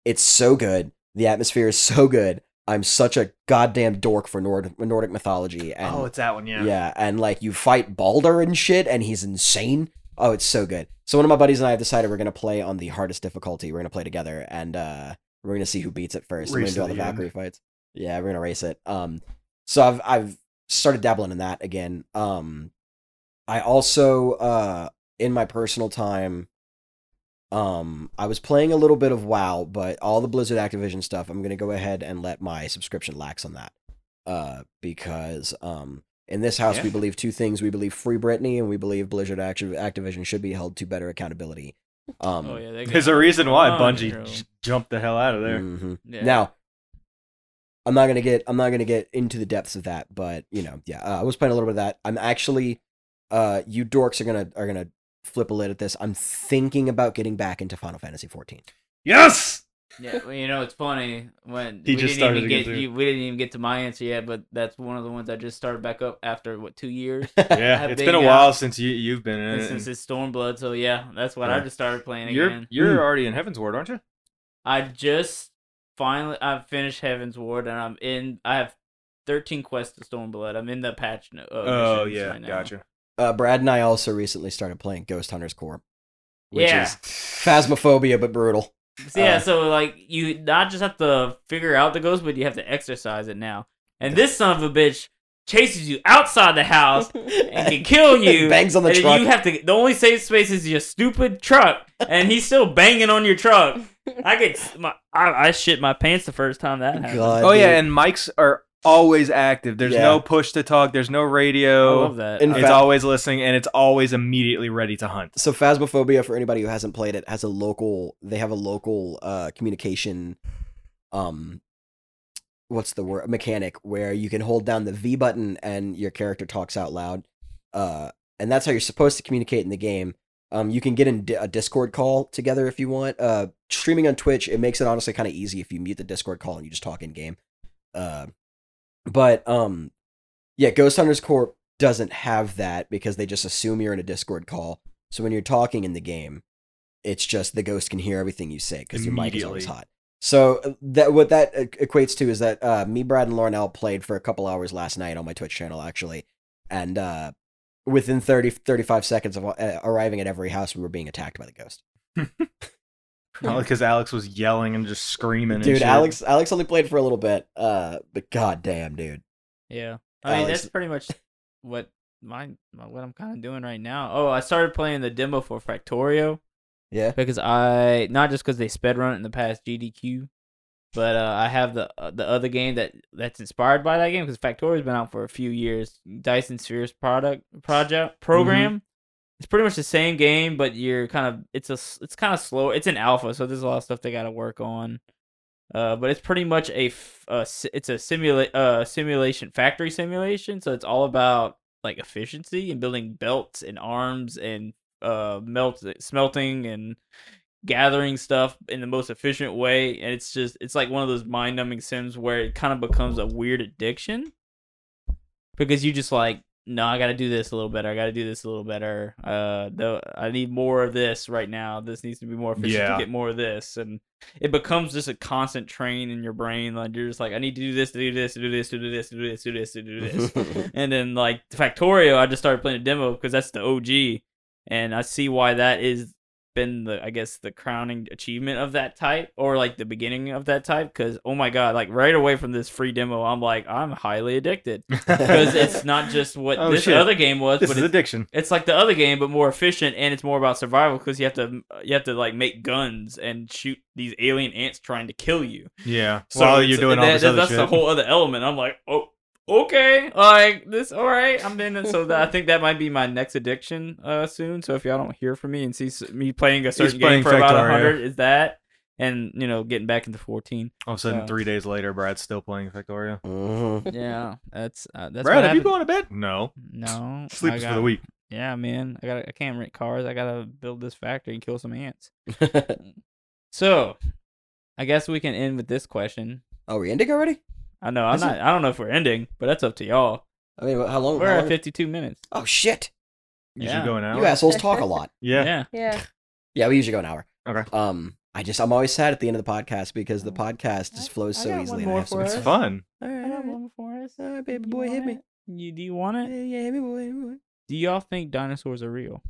[SPEAKER 2] it's so good the atmosphere is so good i'm such a goddamn dork for Nord- nordic mythology and
[SPEAKER 4] oh, it's that one.
[SPEAKER 2] Yeah. and like you fight Balder and shit, and he's insane. Oh, it's so good. So one of my buddies and I have decided we're gonna play on the hardest difficulty. We're gonna play together, and uh, we're gonna see who beats it first.
[SPEAKER 4] Race
[SPEAKER 2] we're gonna do
[SPEAKER 4] to
[SPEAKER 2] all the
[SPEAKER 4] the end.
[SPEAKER 2] Valkyrie fights. Yeah, we're gonna race it. Um, so I've I've started dabbling in that again. Um, I also uh in my personal time, um, I was playing a little bit of WoW, but all the Blizzard Activision stuff, I'm gonna go ahead and let my subscription lax on that. Uh, because um, in this house
[SPEAKER 4] Yeah.
[SPEAKER 2] we believe two things: we believe free Britney, and we believe Blizzard Activ- Activision should be held to better accountability. Um,
[SPEAKER 3] oh yeah, they
[SPEAKER 4] There's
[SPEAKER 3] got
[SPEAKER 4] a reason why Bungie
[SPEAKER 3] Control.
[SPEAKER 4] j- jumped the hell out of there.
[SPEAKER 2] mhm.
[SPEAKER 3] Yeah.
[SPEAKER 2] Now, I'm not gonna get I'm not gonna get into the depths of that, but you know, yeah, uh, I was playing a little bit of that. I'm actually, uh, you dorks are gonna are gonna flip a lid at this. I'm thinking about getting back into Final Fantasy 14.
[SPEAKER 4] Yes.
[SPEAKER 3] Yeah, well, you know it's funny when
[SPEAKER 4] He
[SPEAKER 3] we
[SPEAKER 4] just
[SPEAKER 3] didn't
[SPEAKER 4] started
[SPEAKER 3] even
[SPEAKER 4] to get
[SPEAKER 3] get
[SPEAKER 4] through.
[SPEAKER 3] you, we didn't even get to my answer yet, but that's one of the ones I just started back up after what two years
[SPEAKER 4] Yeah,
[SPEAKER 3] I've
[SPEAKER 4] it's
[SPEAKER 3] been
[SPEAKER 4] been a
[SPEAKER 3] out.
[SPEAKER 4] while since you you've been in it.
[SPEAKER 3] since it's Stormblood. So yeah, that's what I
[SPEAKER 4] Yeah.
[SPEAKER 3] just started playing
[SPEAKER 4] and
[SPEAKER 3] again.
[SPEAKER 4] Uh, You're
[SPEAKER 2] Mm.
[SPEAKER 4] you're already in Heaven's Ward, aren't you?
[SPEAKER 3] I just finally I finished Heaven's Ward and I'm in. I have thirteen quests to Stormblood. I'm in the patch. No- uh, missions right now.
[SPEAKER 4] Oh, gotcha.
[SPEAKER 2] uh, Brad and I also recently started playing Ghost Hunters Core, which
[SPEAKER 3] yeah.
[SPEAKER 2] is phasmophobia but brutal.
[SPEAKER 3] So, yeah,
[SPEAKER 2] Uh,
[SPEAKER 3] so like you not just have to figure out the ghost, but you have to exercise it now. And this son of a bitch chases you outside the house and can kill you.
[SPEAKER 2] bangs on the
[SPEAKER 3] and
[SPEAKER 2] truck.
[SPEAKER 3] You have to. The only safe space is your stupid truck, and he's still banging on your truck. I get my I, I shit my pants the first time that happened.
[SPEAKER 2] God,
[SPEAKER 4] Oh yeah,
[SPEAKER 2] dude.
[SPEAKER 4] and mics are always active. There's
[SPEAKER 2] Yeah.
[SPEAKER 4] no push to talk. There's no
[SPEAKER 3] I
[SPEAKER 4] radio.
[SPEAKER 3] love that.
[SPEAKER 2] In
[SPEAKER 4] It's
[SPEAKER 2] fact-
[SPEAKER 4] always listening, and it's always immediately ready to hunt.
[SPEAKER 2] so phasmophobia for anybody who hasn't played it has a local they have a local uh communication um what's the word mechanic where you can hold down the v button and your character talks out loud uh and that's how you're supposed to communicate in the game um you can get in di- a discord call together if you want uh streaming on twitch it makes it honestly kind of easy if you mute the discord call and you just talk in game uh but um yeah ghost hunters corp doesn't have that because they just assume you're in a discord call so when you're talking in the game, it's just the ghost can hear everything you say because your mic is always
[SPEAKER 4] Immediately.
[SPEAKER 2] hot. So uh, that what that uh, equates to is that uh, me, Brad, and Lauren L played for a couple hours last night on my Twitch channel actually, and uh, within 30, 35 seconds of uh, arriving at every house, we were being attacked by the ghost.
[SPEAKER 4] Because Alex was yelling and just screaming. and
[SPEAKER 2] Dude,
[SPEAKER 4] shit.
[SPEAKER 2] Alex, Alex only played for a little bit, uh, but goddamn, dude.
[SPEAKER 3] Yeah, I mean
[SPEAKER 2] Alex-
[SPEAKER 3] that's pretty much what my what I'm kind of doing right now. Oh, I started playing the demo for Factorio.
[SPEAKER 2] Yeah.
[SPEAKER 3] because I not just because they sped run it in the past GDQ, but uh, I have the uh, the other game that that's inspired by that game because Factorio's been out for a few years. Dyson Spheres product project program. It's pretty much the same game, but you're kind of it's a s- it's kind of slow. It's an alpha, so there's a lot of stuff they got to work on. Uh, but it's pretty much a, f- a si- it's a simula- uh, simulation factory simulation, so it's all about like efficiency and building belts and arms and uh melt smelting and gathering stuff in the most efficient way and it's just it's like one of those mind-numbing sims where it kind of becomes a weird addiction because you just like no i gotta do this a little better i gotta do this a little better uh no, i need more of this right now this needs to be more efficient
[SPEAKER 4] Yeah.
[SPEAKER 3] to get more of this and it becomes just a constant train in your brain like you're just like i need to do this to do this to do this to do this to do this to do this to do this and then like Factorio, I just started playing a demo because that's the OG, and I see why that is been the I guess the crowning achievement of that type or like the beginning of that type. Because oh my god, like right away from this free demo, I'm like I'm highly addicted because it's not just what
[SPEAKER 4] Oh,
[SPEAKER 3] this
[SPEAKER 4] shit.
[SPEAKER 3] other game was,
[SPEAKER 4] this
[SPEAKER 3] but
[SPEAKER 4] is
[SPEAKER 3] it's,
[SPEAKER 4] addiction.
[SPEAKER 3] it's like the other game but more efficient and it's more about survival because you have to you have to like make guns and shoot these alien ants trying to kill you.
[SPEAKER 4] Yeah.
[SPEAKER 3] So
[SPEAKER 4] While
[SPEAKER 3] it's-
[SPEAKER 4] you're doing all
[SPEAKER 3] that-
[SPEAKER 4] this
[SPEAKER 3] that-
[SPEAKER 4] other
[SPEAKER 3] that's
[SPEAKER 4] shit.
[SPEAKER 3] the whole other element. I'm like, oh, okay, like this, all right, I'm in. it. So that, I think that might be my next addiction uh, soon. So if y'all don't hear from me and see s- me playing a certain
[SPEAKER 4] playing
[SPEAKER 3] game for about
[SPEAKER 4] Factorio.
[SPEAKER 3] about hundred, is that and you know getting back into fourteen?
[SPEAKER 4] all of a sudden,
[SPEAKER 3] uh,
[SPEAKER 4] three days later, Brad's still playing Factorio.
[SPEAKER 2] Mhm.
[SPEAKER 3] Yeah, that's uh, that's
[SPEAKER 4] Brad,
[SPEAKER 3] what
[SPEAKER 4] have you
[SPEAKER 3] happened.
[SPEAKER 4] gone to bed? No.
[SPEAKER 3] No, I
[SPEAKER 4] Sleeps for
[SPEAKER 3] got-
[SPEAKER 4] the week.
[SPEAKER 3] Yeah, man, I got I can't rent cars. I gotta build this factory and kill some ants. So, I guess we can end with this question.
[SPEAKER 2] oh, we ending already?
[SPEAKER 3] I know I'm
[SPEAKER 2] Is it-
[SPEAKER 3] not. I don't know if we're ending, but that's up to y'all.
[SPEAKER 2] I mean, how long?
[SPEAKER 3] We're
[SPEAKER 2] how
[SPEAKER 3] at
[SPEAKER 2] long-
[SPEAKER 3] 52 minutes.
[SPEAKER 2] Oh shit!
[SPEAKER 4] You
[SPEAKER 3] Yeah.
[SPEAKER 4] should go an hour.
[SPEAKER 2] You assholes talk a lot.
[SPEAKER 4] Yeah.
[SPEAKER 3] Yeah.
[SPEAKER 5] yeah.
[SPEAKER 2] Yeah, we usually go an hour.
[SPEAKER 4] Okay.
[SPEAKER 2] Um, I just I'm always sad at the end of the podcast because the podcast just flows
[SPEAKER 3] Oh, I
[SPEAKER 2] so
[SPEAKER 3] got
[SPEAKER 2] easily.
[SPEAKER 3] one
[SPEAKER 2] and I
[SPEAKER 3] more
[SPEAKER 2] have so
[SPEAKER 3] for
[SPEAKER 2] much
[SPEAKER 3] us.
[SPEAKER 4] It's
[SPEAKER 2] fun.
[SPEAKER 4] fun.
[SPEAKER 2] All right,
[SPEAKER 3] I
[SPEAKER 2] all
[SPEAKER 3] got
[SPEAKER 2] right.
[SPEAKER 3] one for us.
[SPEAKER 2] All right, Uh, baby
[SPEAKER 3] You
[SPEAKER 2] boy,
[SPEAKER 3] want
[SPEAKER 2] hit me.
[SPEAKER 3] it? You do you want
[SPEAKER 2] Yeah,
[SPEAKER 3] it?
[SPEAKER 2] yeah, hit me, boy, hit me, boy.
[SPEAKER 3] Do y'all think dinosaurs are real?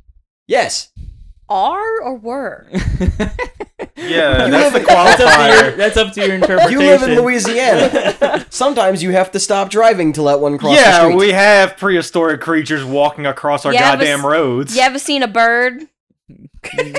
[SPEAKER 2] Yes.
[SPEAKER 5] Are or were?
[SPEAKER 3] yeah,
[SPEAKER 4] that's
[SPEAKER 2] live
[SPEAKER 4] the
[SPEAKER 2] in- that's
[SPEAKER 4] qualifier.
[SPEAKER 3] That's up to your interpretation.
[SPEAKER 2] You live in Louisiana. Sometimes you have to stop driving to let one cross the
[SPEAKER 4] Yeah,
[SPEAKER 2] street.
[SPEAKER 4] we have prehistoric creatures walking across our
[SPEAKER 5] Yeah, but
[SPEAKER 4] goddamn
[SPEAKER 5] s-
[SPEAKER 4] roads.
[SPEAKER 5] You ever seen a bird?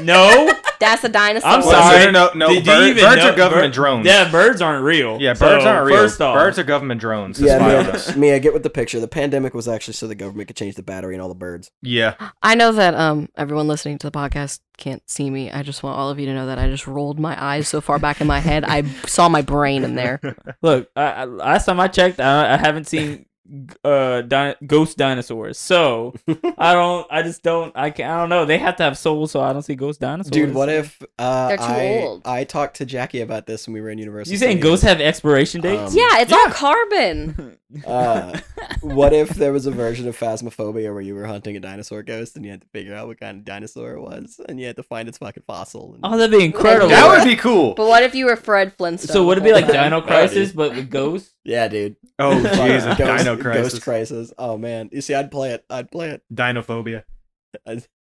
[SPEAKER 3] no,
[SPEAKER 5] That's a dinosaur.
[SPEAKER 3] I'm
[SPEAKER 4] Well,
[SPEAKER 3] sorry.
[SPEAKER 4] No, no, no.
[SPEAKER 3] Did you
[SPEAKER 4] bird-
[SPEAKER 3] even
[SPEAKER 4] birds
[SPEAKER 3] know-
[SPEAKER 4] are government
[SPEAKER 3] bird-
[SPEAKER 4] drones.
[SPEAKER 3] yeah, birds aren't real.
[SPEAKER 4] Yeah,
[SPEAKER 3] So,
[SPEAKER 4] birds aren't real.
[SPEAKER 3] First off,
[SPEAKER 4] birds are government drones. That's
[SPEAKER 2] Yeah,
[SPEAKER 4] yeah,
[SPEAKER 2] Mia, Mia, get with the picture. The pandemic was actually so the government could change the battery and all the birds.
[SPEAKER 4] yeah.
[SPEAKER 5] I know that um everyone listening to the podcast can't see me. I just want all of you to know that I just rolled my eyes so far back in my head. I saw my brain in there.
[SPEAKER 3] look. I, I, last time I checked, I, I haven't seen uh di- ghost dinosaurs. So I don't. I just don't. I can, I don't know. They have to have souls, so I don't see ghost dinosaurs.
[SPEAKER 2] Dude, what if uh,
[SPEAKER 5] They're too
[SPEAKER 2] I
[SPEAKER 5] old.
[SPEAKER 2] I talked to Jackie about this when we were in Universal?
[SPEAKER 3] you saying
[SPEAKER 2] Studios.
[SPEAKER 3] ghosts have expiration dates?
[SPEAKER 2] Um,
[SPEAKER 5] Yeah, it's all
[SPEAKER 4] Yeah.
[SPEAKER 5] carbon.
[SPEAKER 2] Uh, what if there was a version of Phasmophobia where you were hunting a dinosaur ghost and you had to figure out what kind of dinosaur it was and you had to find its fucking fossil? And...
[SPEAKER 3] oh, that'd be incredible.
[SPEAKER 4] That would be cool.
[SPEAKER 5] But what if you were Fred Flintstone?
[SPEAKER 3] so would it be
[SPEAKER 5] the
[SPEAKER 3] like
[SPEAKER 5] whole time?
[SPEAKER 3] Dino Crisis but with ghosts?
[SPEAKER 2] Yeah, dude.
[SPEAKER 4] Oh Jesus,
[SPEAKER 2] Fucking ghost,
[SPEAKER 4] Dino Crisis,
[SPEAKER 2] Ghost Crisis. Oh man, you see, I'd play it. I'd play it.
[SPEAKER 4] Dinophobia.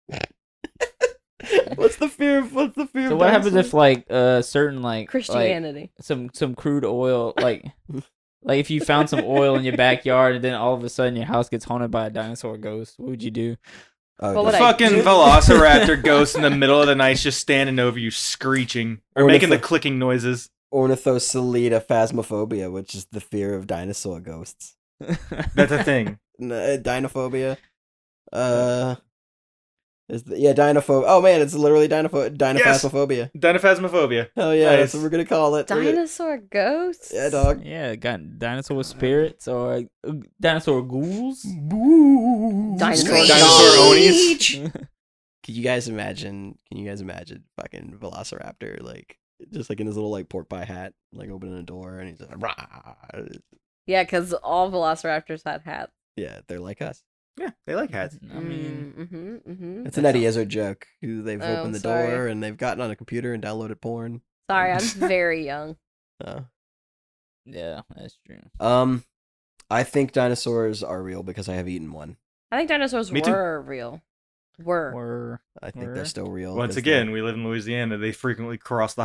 [SPEAKER 2] what's the fear? Of, what's the fear?
[SPEAKER 3] So
[SPEAKER 2] of
[SPEAKER 3] what happens
[SPEAKER 2] dinosaurs?
[SPEAKER 3] if like uh certain like like,
[SPEAKER 5] Christianity?
[SPEAKER 3] some some crude oil like like if you found some oil in your backyard and then all of a sudden your house gets haunted by a dinosaur ghost, what would you do?
[SPEAKER 2] Oh,
[SPEAKER 5] What
[SPEAKER 2] dude.
[SPEAKER 5] would I
[SPEAKER 4] Fucking
[SPEAKER 5] do?
[SPEAKER 4] Velociraptor ghost in the middle of the night, just standing over you, screeching or
[SPEAKER 2] Or what
[SPEAKER 4] making
[SPEAKER 2] if
[SPEAKER 4] the
[SPEAKER 2] the-
[SPEAKER 4] clicking noises.
[SPEAKER 2] Ornithosalida phasmophobia, which is the fear of dinosaur ghosts.
[SPEAKER 4] That's a thing.
[SPEAKER 2] N- uh, dinophobia. Uh, is the, yeah, dinophobia. Oh man, it's literally dinopho-
[SPEAKER 4] Yes!
[SPEAKER 2] dinophasmophobia.
[SPEAKER 4] Dinophasmophobia.
[SPEAKER 2] Hell Oh, yeah, that's what
[SPEAKER 4] Nice.
[SPEAKER 2] we're gonna call it. We're gonna-
[SPEAKER 5] Dinosaur ghosts?
[SPEAKER 2] yeah, dog.
[SPEAKER 3] yeah, got dinosaur spirits or uh, dinosaur ghouls.
[SPEAKER 5] Dinosaur
[SPEAKER 4] Dinosaur
[SPEAKER 2] Screech!
[SPEAKER 3] onis.
[SPEAKER 2] Can you guys imagine? Can you guys imagine fucking Velociraptor like just like in his little like pork pie hat, like opening a door and he's like, Rah!
[SPEAKER 5] Yeah, because all velociraptors had hats.
[SPEAKER 2] yeah, they're like
[SPEAKER 5] Mm,
[SPEAKER 2] us.
[SPEAKER 4] Yeah, they like hats.
[SPEAKER 3] I mean,
[SPEAKER 5] mm-hmm, mm-hmm.
[SPEAKER 2] It's an Eddie Izzo joke. who They've
[SPEAKER 5] Oh,
[SPEAKER 2] opened the
[SPEAKER 5] sorry.
[SPEAKER 2] door and they've gotten on a computer and downloaded porn.
[SPEAKER 5] Sorry, I'm very young.
[SPEAKER 2] Uh,
[SPEAKER 3] yeah, that's true.
[SPEAKER 2] um, I think dinosaurs are real because I have eaten one.
[SPEAKER 5] I think dinosaurs
[SPEAKER 4] Me too.
[SPEAKER 5] were real. Were.
[SPEAKER 3] Or
[SPEAKER 2] I think
[SPEAKER 3] Were?
[SPEAKER 2] they're still real.
[SPEAKER 4] Once
[SPEAKER 2] 'cause they-
[SPEAKER 4] again, we live in Louisiana. They frequently cross the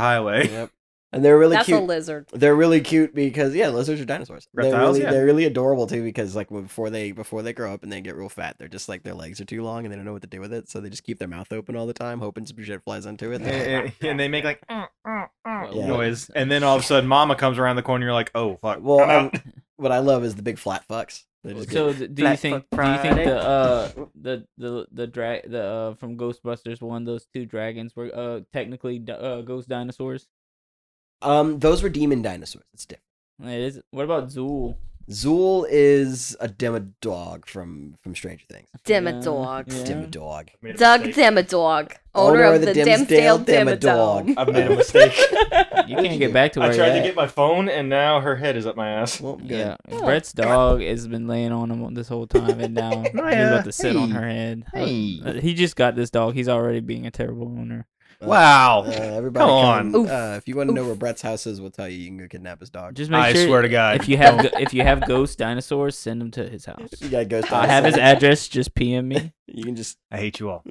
[SPEAKER 4] highway.
[SPEAKER 2] yep. And they're really
[SPEAKER 5] That's
[SPEAKER 2] cute.
[SPEAKER 5] a lizard.
[SPEAKER 2] They're really cute because yeah, lizards are dinosaurs. they're
[SPEAKER 4] Reptiles,
[SPEAKER 2] really
[SPEAKER 4] yeah.
[SPEAKER 2] they're really adorable too because like when- before they before they grow up and they get real fat, they're just like their legs are too long and they don't know what to do with it, so they just keep their mouth open all the time, hoping some shit flies onto it. They're
[SPEAKER 4] and, and they make like
[SPEAKER 5] Mm,
[SPEAKER 2] Yeah.
[SPEAKER 4] noise, and then all of a sudden, Mama comes around the corner. You're like, "Oh fuck!"
[SPEAKER 2] like, well,
[SPEAKER 4] I'm out."
[SPEAKER 2] um, what I love is the big flat fucks. They just
[SPEAKER 3] So th- do you
[SPEAKER 2] Black
[SPEAKER 3] think
[SPEAKER 2] Foot
[SPEAKER 3] do you think
[SPEAKER 2] Friday.
[SPEAKER 3] the uh the the the drag the uh from Ghostbusters one those two dragons were uh technically di- uh ghost dinosaurs?
[SPEAKER 2] get, um, those were demon dinosaurs. It's different.
[SPEAKER 3] It is. What about Zool?
[SPEAKER 2] Zool is a demodog from from Stranger Things.
[SPEAKER 5] Demodog.
[SPEAKER 3] Yeah.
[SPEAKER 2] Demodog.
[SPEAKER 4] I've made a
[SPEAKER 5] Doug
[SPEAKER 4] mistake.
[SPEAKER 5] Demodog, owner, of the, Dimsdale Demodog.
[SPEAKER 4] I've made a mistake.
[SPEAKER 3] You can't get back to where
[SPEAKER 4] I tried
[SPEAKER 3] you're
[SPEAKER 4] to
[SPEAKER 3] at.
[SPEAKER 4] get my phone, and now her head is up my ass.
[SPEAKER 2] Well, good.
[SPEAKER 3] Yeah,
[SPEAKER 5] Oh.
[SPEAKER 3] Brett's dog has been laying on him this whole time, and now he's about to sit on her head. Uh,
[SPEAKER 2] Hey.
[SPEAKER 3] uh, He just got this dog. He's already being a terrible owner.
[SPEAKER 2] Uh,
[SPEAKER 4] Wow!
[SPEAKER 2] Uh, everybody,
[SPEAKER 4] Come
[SPEAKER 2] come-
[SPEAKER 5] on. Oof.
[SPEAKER 2] Uh, if you want to know
[SPEAKER 5] Oof.
[SPEAKER 2] where Brett's house is, we'll tell you. You can go kidnap his dog.
[SPEAKER 3] Just make
[SPEAKER 4] I
[SPEAKER 3] sure
[SPEAKER 4] swear to God,
[SPEAKER 3] if you have go- if you have ghost dinosaurs, send them to his house.
[SPEAKER 2] You gotta go.
[SPEAKER 3] I have his address. Just PM me.
[SPEAKER 2] You can just
[SPEAKER 4] I hate you all.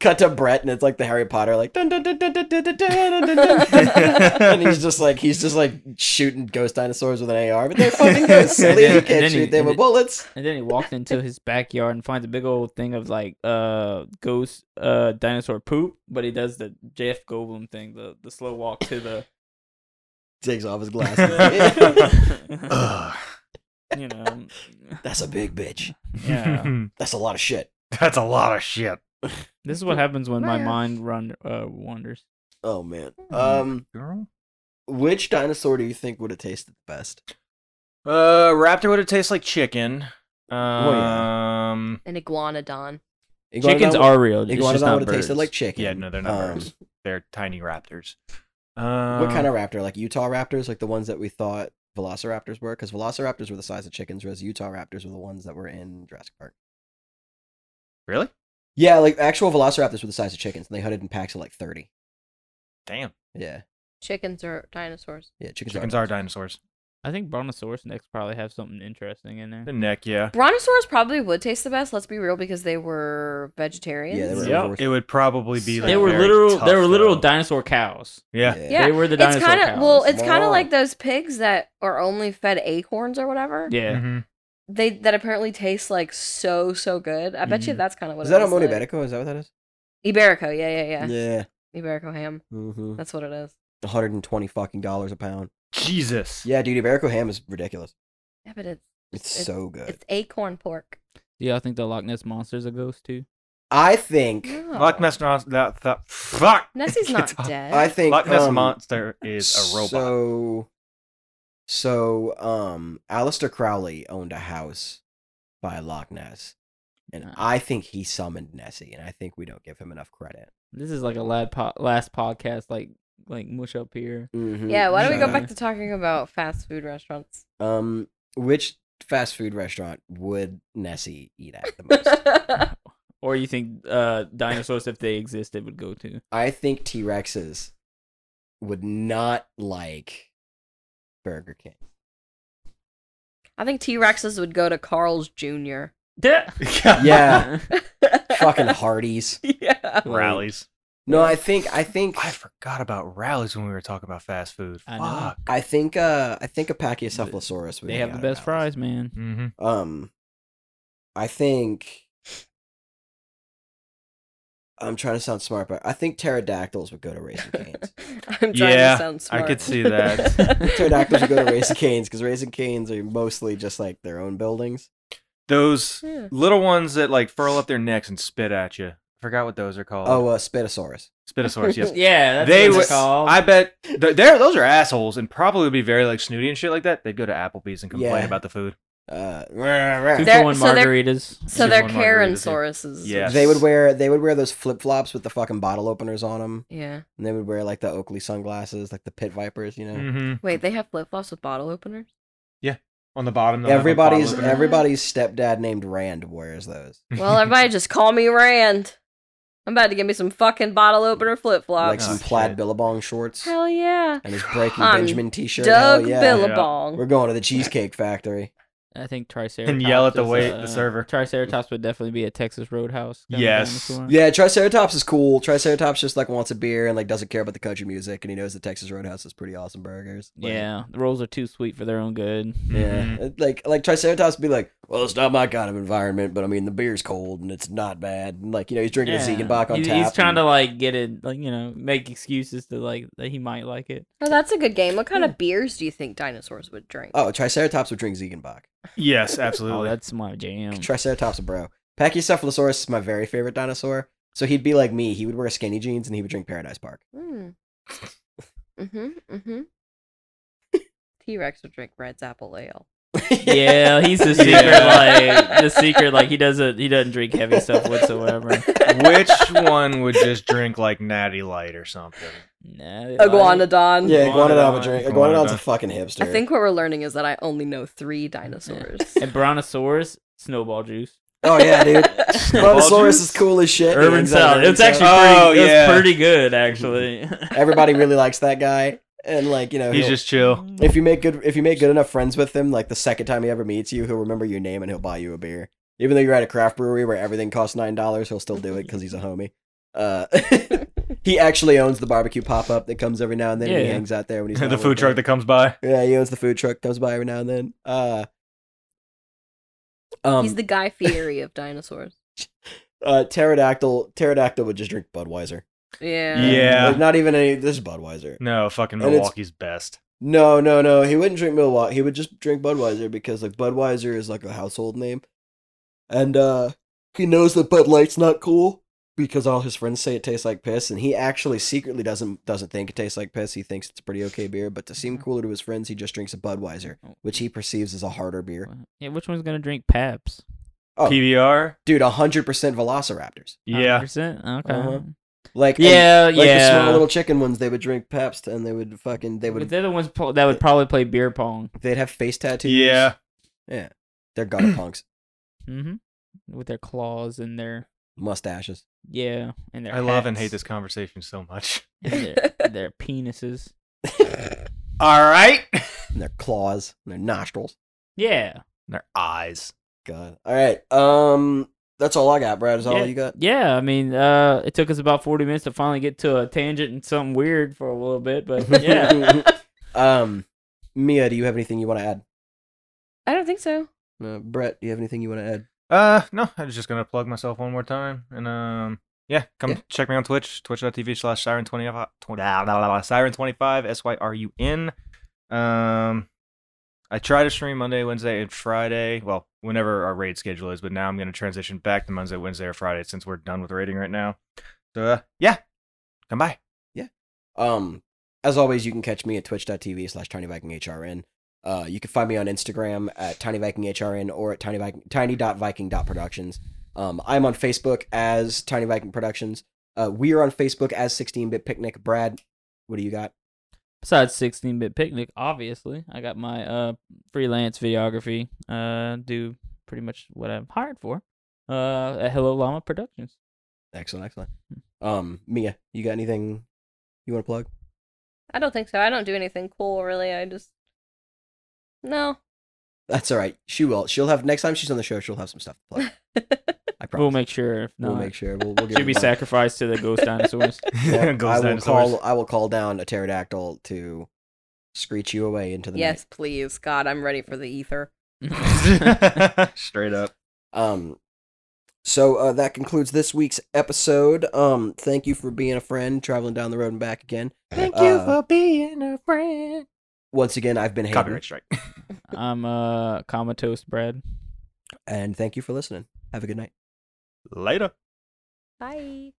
[SPEAKER 2] cut to Brett, and it's like the Harry Potter, like dun dun dun dun dun dun dun dun dun, dun, dun. and he's just like he's just like shooting ghost dinosaurs with an AR, but they're fucking ghosts.
[SPEAKER 4] And
[SPEAKER 2] Silly,
[SPEAKER 4] then-
[SPEAKER 2] you
[SPEAKER 3] and
[SPEAKER 2] can't
[SPEAKER 3] then he-
[SPEAKER 2] shoot them
[SPEAKER 3] and
[SPEAKER 2] with bullets.
[SPEAKER 3] And then he walks into his backyard and finds a big old thing of like uh ghost uh dinosaur poop, but he does the Jeff Goldblum thing, the the slow walk to the
[SPEAKER 2] Takes off his glasses.
[SPEAKER 4] Ugh.
[SPEAKER 3] you know
[SPEAKER 2] That's a big bitch.
[SPEAKER 3] yeah.
[SPEAKER 2] That's a lot of shit.
[SPEAKER 4] That's a lot of shit.
[SPEAKER 3] This is what happens when my
[SPEAKER 5] Meow.
[SPEAKER 3] mind run uh wanders.
[SPEAKER 2] Oh man.
[SPEAKER 3] Mm-hmm.
[SPEAKER 2] Um,
[SPEAKER 4] Girl.
[SPEAKER 2] which dinosaur do you think would have tasted the best?
[SPEAKER 4] Uh, raptor would have tasted like chicken. Um,
[SPEAKER 2] Oh, yeah.
[SPEAKER 5] An iguanodon.
[SPEAKER 3] Chickens
[SPEAKER 2] Iguanodon-
[SPEAKER 3] are real. It's just
[SPEAKER 2] Iguanodon
[SPEAKER 3] not
[SPEAKER 2] would have tasted
[SPEAKER 3] birds.
[SPEAKER 2] like chicken.
[SPEAKER 4] yeah, no, they're not
[SPEAKER 2] Um,
[SPEAKER 4] birds. They're tiny raptors. Um,
[SPEAKER 2] What kind of raptor? Like Utah raptors, like the ones that we thought velociraptors were? Because velociraptors were the size of chickens, whereas Utah raptors were the ones that were in Jurassic Park.
[SPEAKER 4] Really?
[SPEAKER 2] Yeah, like actual velociraptors were the size of chickens, and they hunted in packs of like 30.
[SPEAKER 4] Damn.
[SPEAKER 2] Yeah.
[SPEAKER 5] Chickens are dinosaurs.
[SPEAKER 2] Yeah, chickens,
[SPEAKER 4] Chickens are dinosaurs.
[SPEAKER 3] I think Brontosaurus necks probably have something interesting in there.
[SPEAKER 4] The neck, yeah.
[SPEAKER 5] Brontosaurus probably would taste the best, let's be real, because they were vegetarians.
[SPEAKER 2] Yeah, they were.
[SPEAKER 3] Yep.
[SPEAKER 2] herbivores.
[SPEAKER 4] It would probably be. Like
[SPEAKER 3] They were
[SPEAKER 4] very
[SPEAKER 3] literal
[SPEAKER 4] tough,
[SPEAKER 3] they were literal
[SPEAKER 4] though.
[SPEAKER 3] dinosaur cows.
[SPEAKER 4] yeah.
[SPEAKER 5] Yeah,
[SPEAKER 3] They were the
[SPEAKER 5] It's
[SPEAKER 3] dinosaur
[SPEAKER 5] kind of
[SPEAKER 3] cows.
[SPEAKER 5] well. It's kind
[SPEAKER 2] Wow.
[SPEAKER 5] of like those pigs that are only fed acorns or whatever.
[SPEAKER 3] yeah.
[SPEAKER 4] Mhm.
[SPEAKER 5] They that apparently taste like so so good. I bet you
[SPEAKER 3] Mhm.
[SPEAKER 5] that's kind of what
[SPEAKER 2] Is
[SPEAKER 5] it
[SPEAKER 2] that a
[SPEAKER 5] is like.
[SPEAKER 2] Monobetico? Is that what that is?
[SPEAKER 5] Iberico, yeah, yeah, yeah,
[SPEAKER 2] Yeah.
[SPEAKER 5] Iberico ham.
[SPEAKER 2] Mm-hmm.
[SPEAKER 5] That's what it is.
[SPEAKER 2] 120 fucking dollars a pound.
[SPEAKER 4] Jesus.
[SPEAKER 2] Yeah, dude, Iberico ham is ridiculous.
[SPEAKER 5] Yeah, but it's
[SPEAKER 2] It's,
[SPEAKER 5] It's-
[SPEAKER 2] so good.
[SPEAKER 5] it's acorn pork.
[SPEAKER 3] Do y'all think the Loch Ness monster's a ghost too?
[SPEAKER 2] I think.
[SPEAKER 5] No.
[SPEAKER 4] Loch Ness monster. That, that, fuck.
[SPEAKER 5] Nessie's
[SPEAKER 4] It's
[SPEAKER 5] not
[SPEAKER 4] a-
[SPEAKER 5] dead.
[SPEAKER 2] I think.
[SPEAKER 4] Loch Ness
[SPEAKER 2] um,
[SPEAKER 4] monster is a robot.
[SPEAKER 2] So, so um, Aleister Crowley owned a house by Loch Ness, and
[SPEAKER 3] Ah.
[SPEAKER 2] I think he summoned Nessie, and I think we don't give him enough credit.
[SPEAKER 3] This is like a lad po- last podcast, like like mush up here.
[SPEAKER 5] yeah, why don't we go
[SPEAKER 3] Yeah.
[SPEAKER 5] back to talking about fast food restaurants?
[SPEAKER 2] Um, Which fast food restaurant would Nessie eat at the most?
[SPEAKER 3] Or you think uh, dinosaurs, if they existed, would go to?
[SPEAKER 2] I think T Rexes would not like Burger King.
[SPEAKER 5] I think T Rexes would go to Carl's Jr.
[SPEAKER 3] Yeah.
[SPEAKER 2] Yeah. Fucking Hardee's.
[SPEAKER 5] yeah.
[SPEAKER 4] Rallies.
[SPEAKER 2] No, I think I think
[SPEAKER 4] I forgot about rallies when we were talking about fast food.
[SPEAKER 3] I know.
[SPEAKER 4] Fuck.
[SPEAKER 2] I think uh I think a Pachycephalosaurus would
[SPEAKER 3] They
[SPEAKER 2] be
[SPEAKER 3] have the
[SPEAKER 2] out
[SPEAKER 3] best
[SPEAKER 2] of bounds.
[SPEAKER 3] fries, man.
[SPEAKER 4] Mm-hmm.
[SPEAKER 2] Um I think I'm trying to sound smart, but I think pterodactyls would go to Raising Canes.
[SPEAKER 5] I'm trying
[SPEAKER 4] Yeah,
[SPEAKER 5] to sound
[SPEAKER 4] I
[SPEAKER 5] smart.
[SPEAKER 4] could see that.
[SPEAKER 2] pterodactyls would go to Raising Canes because Raising Canes are mostly just like their own buildings.
[SPEAKER 4] Those
[SPEAKER 5] Yeah.
[SPEAKER 4] little ones that like furl up their necks and spit at you. Forgot what those are called.
[SPEAKER 2] Oh, uh, Spinosaurus.
[SPEAKER 4] Spinosaurus. Yes.
[SPEAKER 3] Yeah, that's
[SPEAKER 4] they
[SPEAKER 3] what
[SPEAKER 4] would.
[SPEAKER 3] it's called.
[SPEAKER 4] I bet th- they're those are assholes and probably would be very like snooty and shit like that. They'd go to Applebee's and complain
[SPEAKER 2] Yeah.
[SPEAKER 4] about the food.
[SPEAKER 2] Uh,
[SPEAKER 3] Two
[SPEAKER 5] They're-
[SPEAKER 3] for one
[SPEAKER 5] so they're-
[SPEAKER 3] margaritas.
[SPEAKER 5] So
[SPEAKER 4] She's
[SPEAKER 5] they're
[SPEAKER 4] one margarita,
[SPEAKER 5] Karen
[SPEAKER 4] too.
[SPEAKER 5] Sauruses.
[SPEAKER 4] Yeah.
[SPEAKER 2] They would
[SPEAKER 4] Yes.
[SPEAKER 2] wear they would wear those flip flops with the fucking bottle openers on them,
[SPEAKER 5] Yeah.
[SPEAKER 2] and they would wear like the Oakley sunglasses, like the pit vipers, you know.
[SPEAKER 4] Mm-hmm.
[SPEAKER 5] Wait, they have flip flops with bottle openers?
[SPEAKER 4] On the bottom, they'll have a
[SPEAKER 2] Everybody's
[SPEAKER 4] bottle
[SPEAKER 5] opener.
[SPEAKER 4] of-
[SPEAKER 2] everybody's stepdad named Rand wears those,
[SPEAKER 5] Well, everybody just call me Rand. I'm about to get me some fucking bottle opener flip
[SPEAKER 2] like
[SPEAKER 5] flops.
[SPEAKER 2] some
[SPEAKER 4] Oh,
[SPEAKER 2] plaid
[SPEAKER 4] shit.
[SPEAKER 2] billabong shorts
[SPEAKER 5] Hell yeah.
[SPEAKER 2] and his Breaking
[SPEAKER 5] I'm
[SPEAKER 2] Benjamin T-shirt.
[SPEAKER 5] Doug
[SPEAKER 2] Hell yeah.
[SPEAKER 5] Billabong.
[SPEAKER 2] We're going to the Cheesecake Factory.
[SPEAKER 3] I think Triceratops
[SPEAKER 4] yell at the
[SPEAKER 3] is,
[SPEAKER 4] wait-
[SPEAKER 3] uh,
[SPEAKER 4] the server.
[SPEAKER 3] Triceratops would definitely be a Texas Roadhouse. kind of
[SPEAKER 4] Yes.
[SPEAKER 3] dinosaur.
[SPEAKER 2] Yeah, Triceratops is cool. Triceratops just like wants a beer and like doesn't care about the country music, and he knows the Texas Roadhouse is pretty awesome burgers. Like,
[SPEAKER 3] Yeah, Mm-hmm. the rolls are too sweet for their own good.
[SPEAKER 2] Yeah, it- like like Triceratops would be like, well, it's not my kind of environment, but I mean the beer's cold and it's not bad, and like you know he's drinking a Ziegenbach on
[SPEAKER 3] He-
[SPEAKER 2] tap.
[SPEAKER 3] He's trying
[SPEAKER 2] and-
[SPEAKER 3] to like get it, like you know, make excuses to like that he might like it.
[SPEAKER 5] Oh, that's a good game. What kind of beers do you think dinosaurs would drink?
[SPEAKER 2] Oh, Triceratops would drink Ziegenbach.
[SPEAKER 4] Yes,
[SPEAKER 3] Oh,
[SPEAKER 4] absolutely.
[SPEAKER 3] that's my jam.
[SPEAKER 2] Triceratops, bro. Pachycephalosaurus is my very favorite dinosaur. So he'd be like me. He would wear skinny jeans and he would drink Paradise Park.
[SPEAKER 5] Mm. hmm hmm T Rex mm-hmm. would drink Red's apple ale.
[SPEAKER 3] yeah, he's the secret,
[SPEAKER 4] Yeah.
[SPEAKER 3] like the secret, like he doesn't he doesn't drink heavy stuff whatsoever.
[SPEAKER 4] Which one would just drink like Natty Light or something?
[SPEAKER 3] Nah, like-
[SPEAKER 5] Iguanodon.
[SPEAKER 2] Yeah, Iguanodon
[SPEAKER 4] Iguanodon.
[SPEAKER 2] would drink. Iguanodon's a
[SPEAKER 4] Iguanodon.
[SPEAKER 2] fucking hipster.
[SPEAKER 5] I think what we're learning is that I only know three dinosaurs.
[SPEAKER 3] and Brontosaurus snowball juice.
[SPEAKER 2] Oh yeah, dude. Brontosaurus is cool as shit. He
[SPEAKER 3] Urban
[SPEAKER 2] hangs out
[SPEAKER 3] South.
[SPEAKER 2] in
[SPEAKER 3] It's
[SPEAKER 2] Urban
[SPEAKER 3] actually
[SPEAKER 2] South.
[SPEAKER 3] pretty,
[SPEAKER 4] Oh,
[SPEAKER 3] it's
[SPEAKER 4] yeah.
[SPEAKER 3] pretty good actually.
[SPEAKER 2] everybody really likes that guy, and like you know
[SPEAKER 4] He's
[SPEAKER 2] he'll-
[SPEAKER 4] just chill.
[SPEAKER 2] If you make good, if you make good enough friends with him, like the second time he ever meets you, he'll remember your name and he'll buy you a beer. Even though you're at a craft brewery where everything costs nine dollars, he'll still do it because he's a homie. Uh, he actually owns the barbecue pop up that comes every now and then. and he
[SPEAKER 3] Yeah.
[SPEAKER 2] hangs out there when he's
[SPEAKER 4] the
[SPEAKER 2] not
[SPEAKER 4] food truck
[SPEAKER 2] working.
[SPEAKER 4] that comes by.
[SPEAKER 2] yeah, he owns the food truck comes by every now and then. Uh, um,
[SPEAKER 5] He's the Guy Fieri of dinosaurs.
[SPEAKER 2] uh, pterodactyl. Pterodactyl would just drink Budweiser.
[SPEAKER 5] Yeah.
[SPEAKER 4] Yeah.
[SPEAKER 2] Like, not even any. This is Budweiser.
[SPEAKER 4] No, fucking
[SPEAKER 2] And it's-
[SPEAKER 4] Milwaukee's best.
[SPEAKER 2] No, no, no. He wouldn't drink Milwaukee. He would just drink Budweiser because like Budweiser is like a household name. And uh he knows that Bud Light's not cool because all his friends say it tastes like piss and he actually secretly doesn't doesn't think it tastes like piss. He thinks it's a pretty okay beer, but to seem cooler to his friends, he just drinks a Budweiser, which he perceives as a harder beer.
[SPEAKER 3] yeah, which one's gonna drink Paps?
[SPEAKER 2] Oh.
[SPEAKER 4] PBR.
[SPEAKER 2] Dude, 100% velociraptors.
[SPEAKER 4] Yeah.
[SPEAKER 3] 100%? Okay.
[SPEAKER 2] Uh-huh. Like and-
[SPEAKER 3] Yeah,
[SPEAKER 2] like
[SPEAKER 3] yeah.
[SPEAKER 2] the small little chicken ones, they would drink Pabst and they would fucking they
[SPEAKER 3] But
[SPEAKER 2] would
[SPEAKER 3] they're the ones pl- that would probably play beer pong.
[SPEAKER 2] they'd have face tattoos.
[SPEAKER 4] Yeah.
[SPEAKER 2] Yeah. They're gutter punks.
[SPEAKER 3] Mm-hmm. With their claws and their
[SPEAKER 2] Mustaches.
[SPEAKER 3] yeah, and their
[SPEAKER 4] I love and hate this
[SPEAKER 3] hats
[SPEAKER 4] conversation so much.
[SPEAKER 3] and their, their penises.
[SPEAKER 4] All right.
[SPEAKER 2] and their claws and their nostrils.
[SPEAKER 3] Yeah.
[SPEAKER 4] Their eyes.
[SPEAKER 2] God. All right. Um, that's all I got, Brad. Is all
[SPEAKER 3] yeah,
[SPEAKER 2] you got?
[SPEAKER 3] Yeah, I mean, uh, it took us about forty minutes to finally get to a tangent and something weird for a little bit, but yeah.
[SPEAKER 2] um, Mia, do you have anything you want to add?
[SPEAKER 5] I don't think so.
[SPEAKER 2] Uh, Brett, do you have anything you want to add?
[SPEAKER 4] Uh, no, I was just gonna plug myself one more time, and um, yeah, come
[SPEAKER 2] Yeah.
[SPEAKER 4] check me on Twitch, twitch.tv slash siren twenty five, siren twenty five, s y r u n. Um, I try to stream Monday, Wednesday, and Friday. Well, whenever our raid schedule is, but now I'm gonna transition back to Monday, Wednesday, or Friday since we're done with raiding right now. So uh, yeah, come by.
[SPEAKER 2] Um, as always, you can catch me at twitch.tv slash tinyvikinghrn. Uh, you can find me on Instagram at tinyvikinghrn or at tinyviking, tiny.viking.productions. Um, I'm on Facebook as Tiny Viking Productions. Uh, we are on Facebook as 16-Bit Picnic. Brad, what do you got?
[SPEAKER 3] Besides 16 bit picnic, obviously, I got my uh freelance videography. Uh, do pretty much what I'm hired for. Uh, at Hello Llama Productions.
[SPEAKER 2] Excellent, excellent. Um, Mia, you got anything you want to plug?
[SPEAKER 5] I don't think so. I don't do anything cool really. I just no.
[SPEAKER 2] That's all right. She will. She'll have next time she's on the show. She'll have some stuff to plug. I promise.
[SPEAKER 3] We'll make sure. If not,
[SPEAKER 2] We'll make sure. We'll, we'll give
[SPEAKER 3] Should be
[SPEAKER 2] her-
[SPEAKER 3] sacrificed to the ghost dinosaurs.
[SPEAKER 2] Yeah, I
[SPEAKER 4] Ghost
[SPEAKER 2] will
[SPEAKER 4] dinosaurs.
[SPEAKER 2] call. I will call down a pterodactyl to screech you away into the
[SPEAKER 5] Yes, please. God, I'm ready for the ether.
[SPEAKER 4] Straight up.
[SPEAKER 2] night. Um. So uh, that concludes this week's episode. Um, thank you for being a friend, traveling down the road and back again.
[SPEAKER 4] Thank
[SPEAKER 2] you Uh,
[SPEAKER 4] being a friend.
[SPEAKER 2] Once again, I've been Hayden,
[SPEAKER 4] Copyright strike.
[SPEAKER 3] I'm uh comatose, Brad.
[SPEAKER 2] and thank you for listening. Have a good night.
[SPEAKER 4] Later.
[SPEAKER 5] Bye.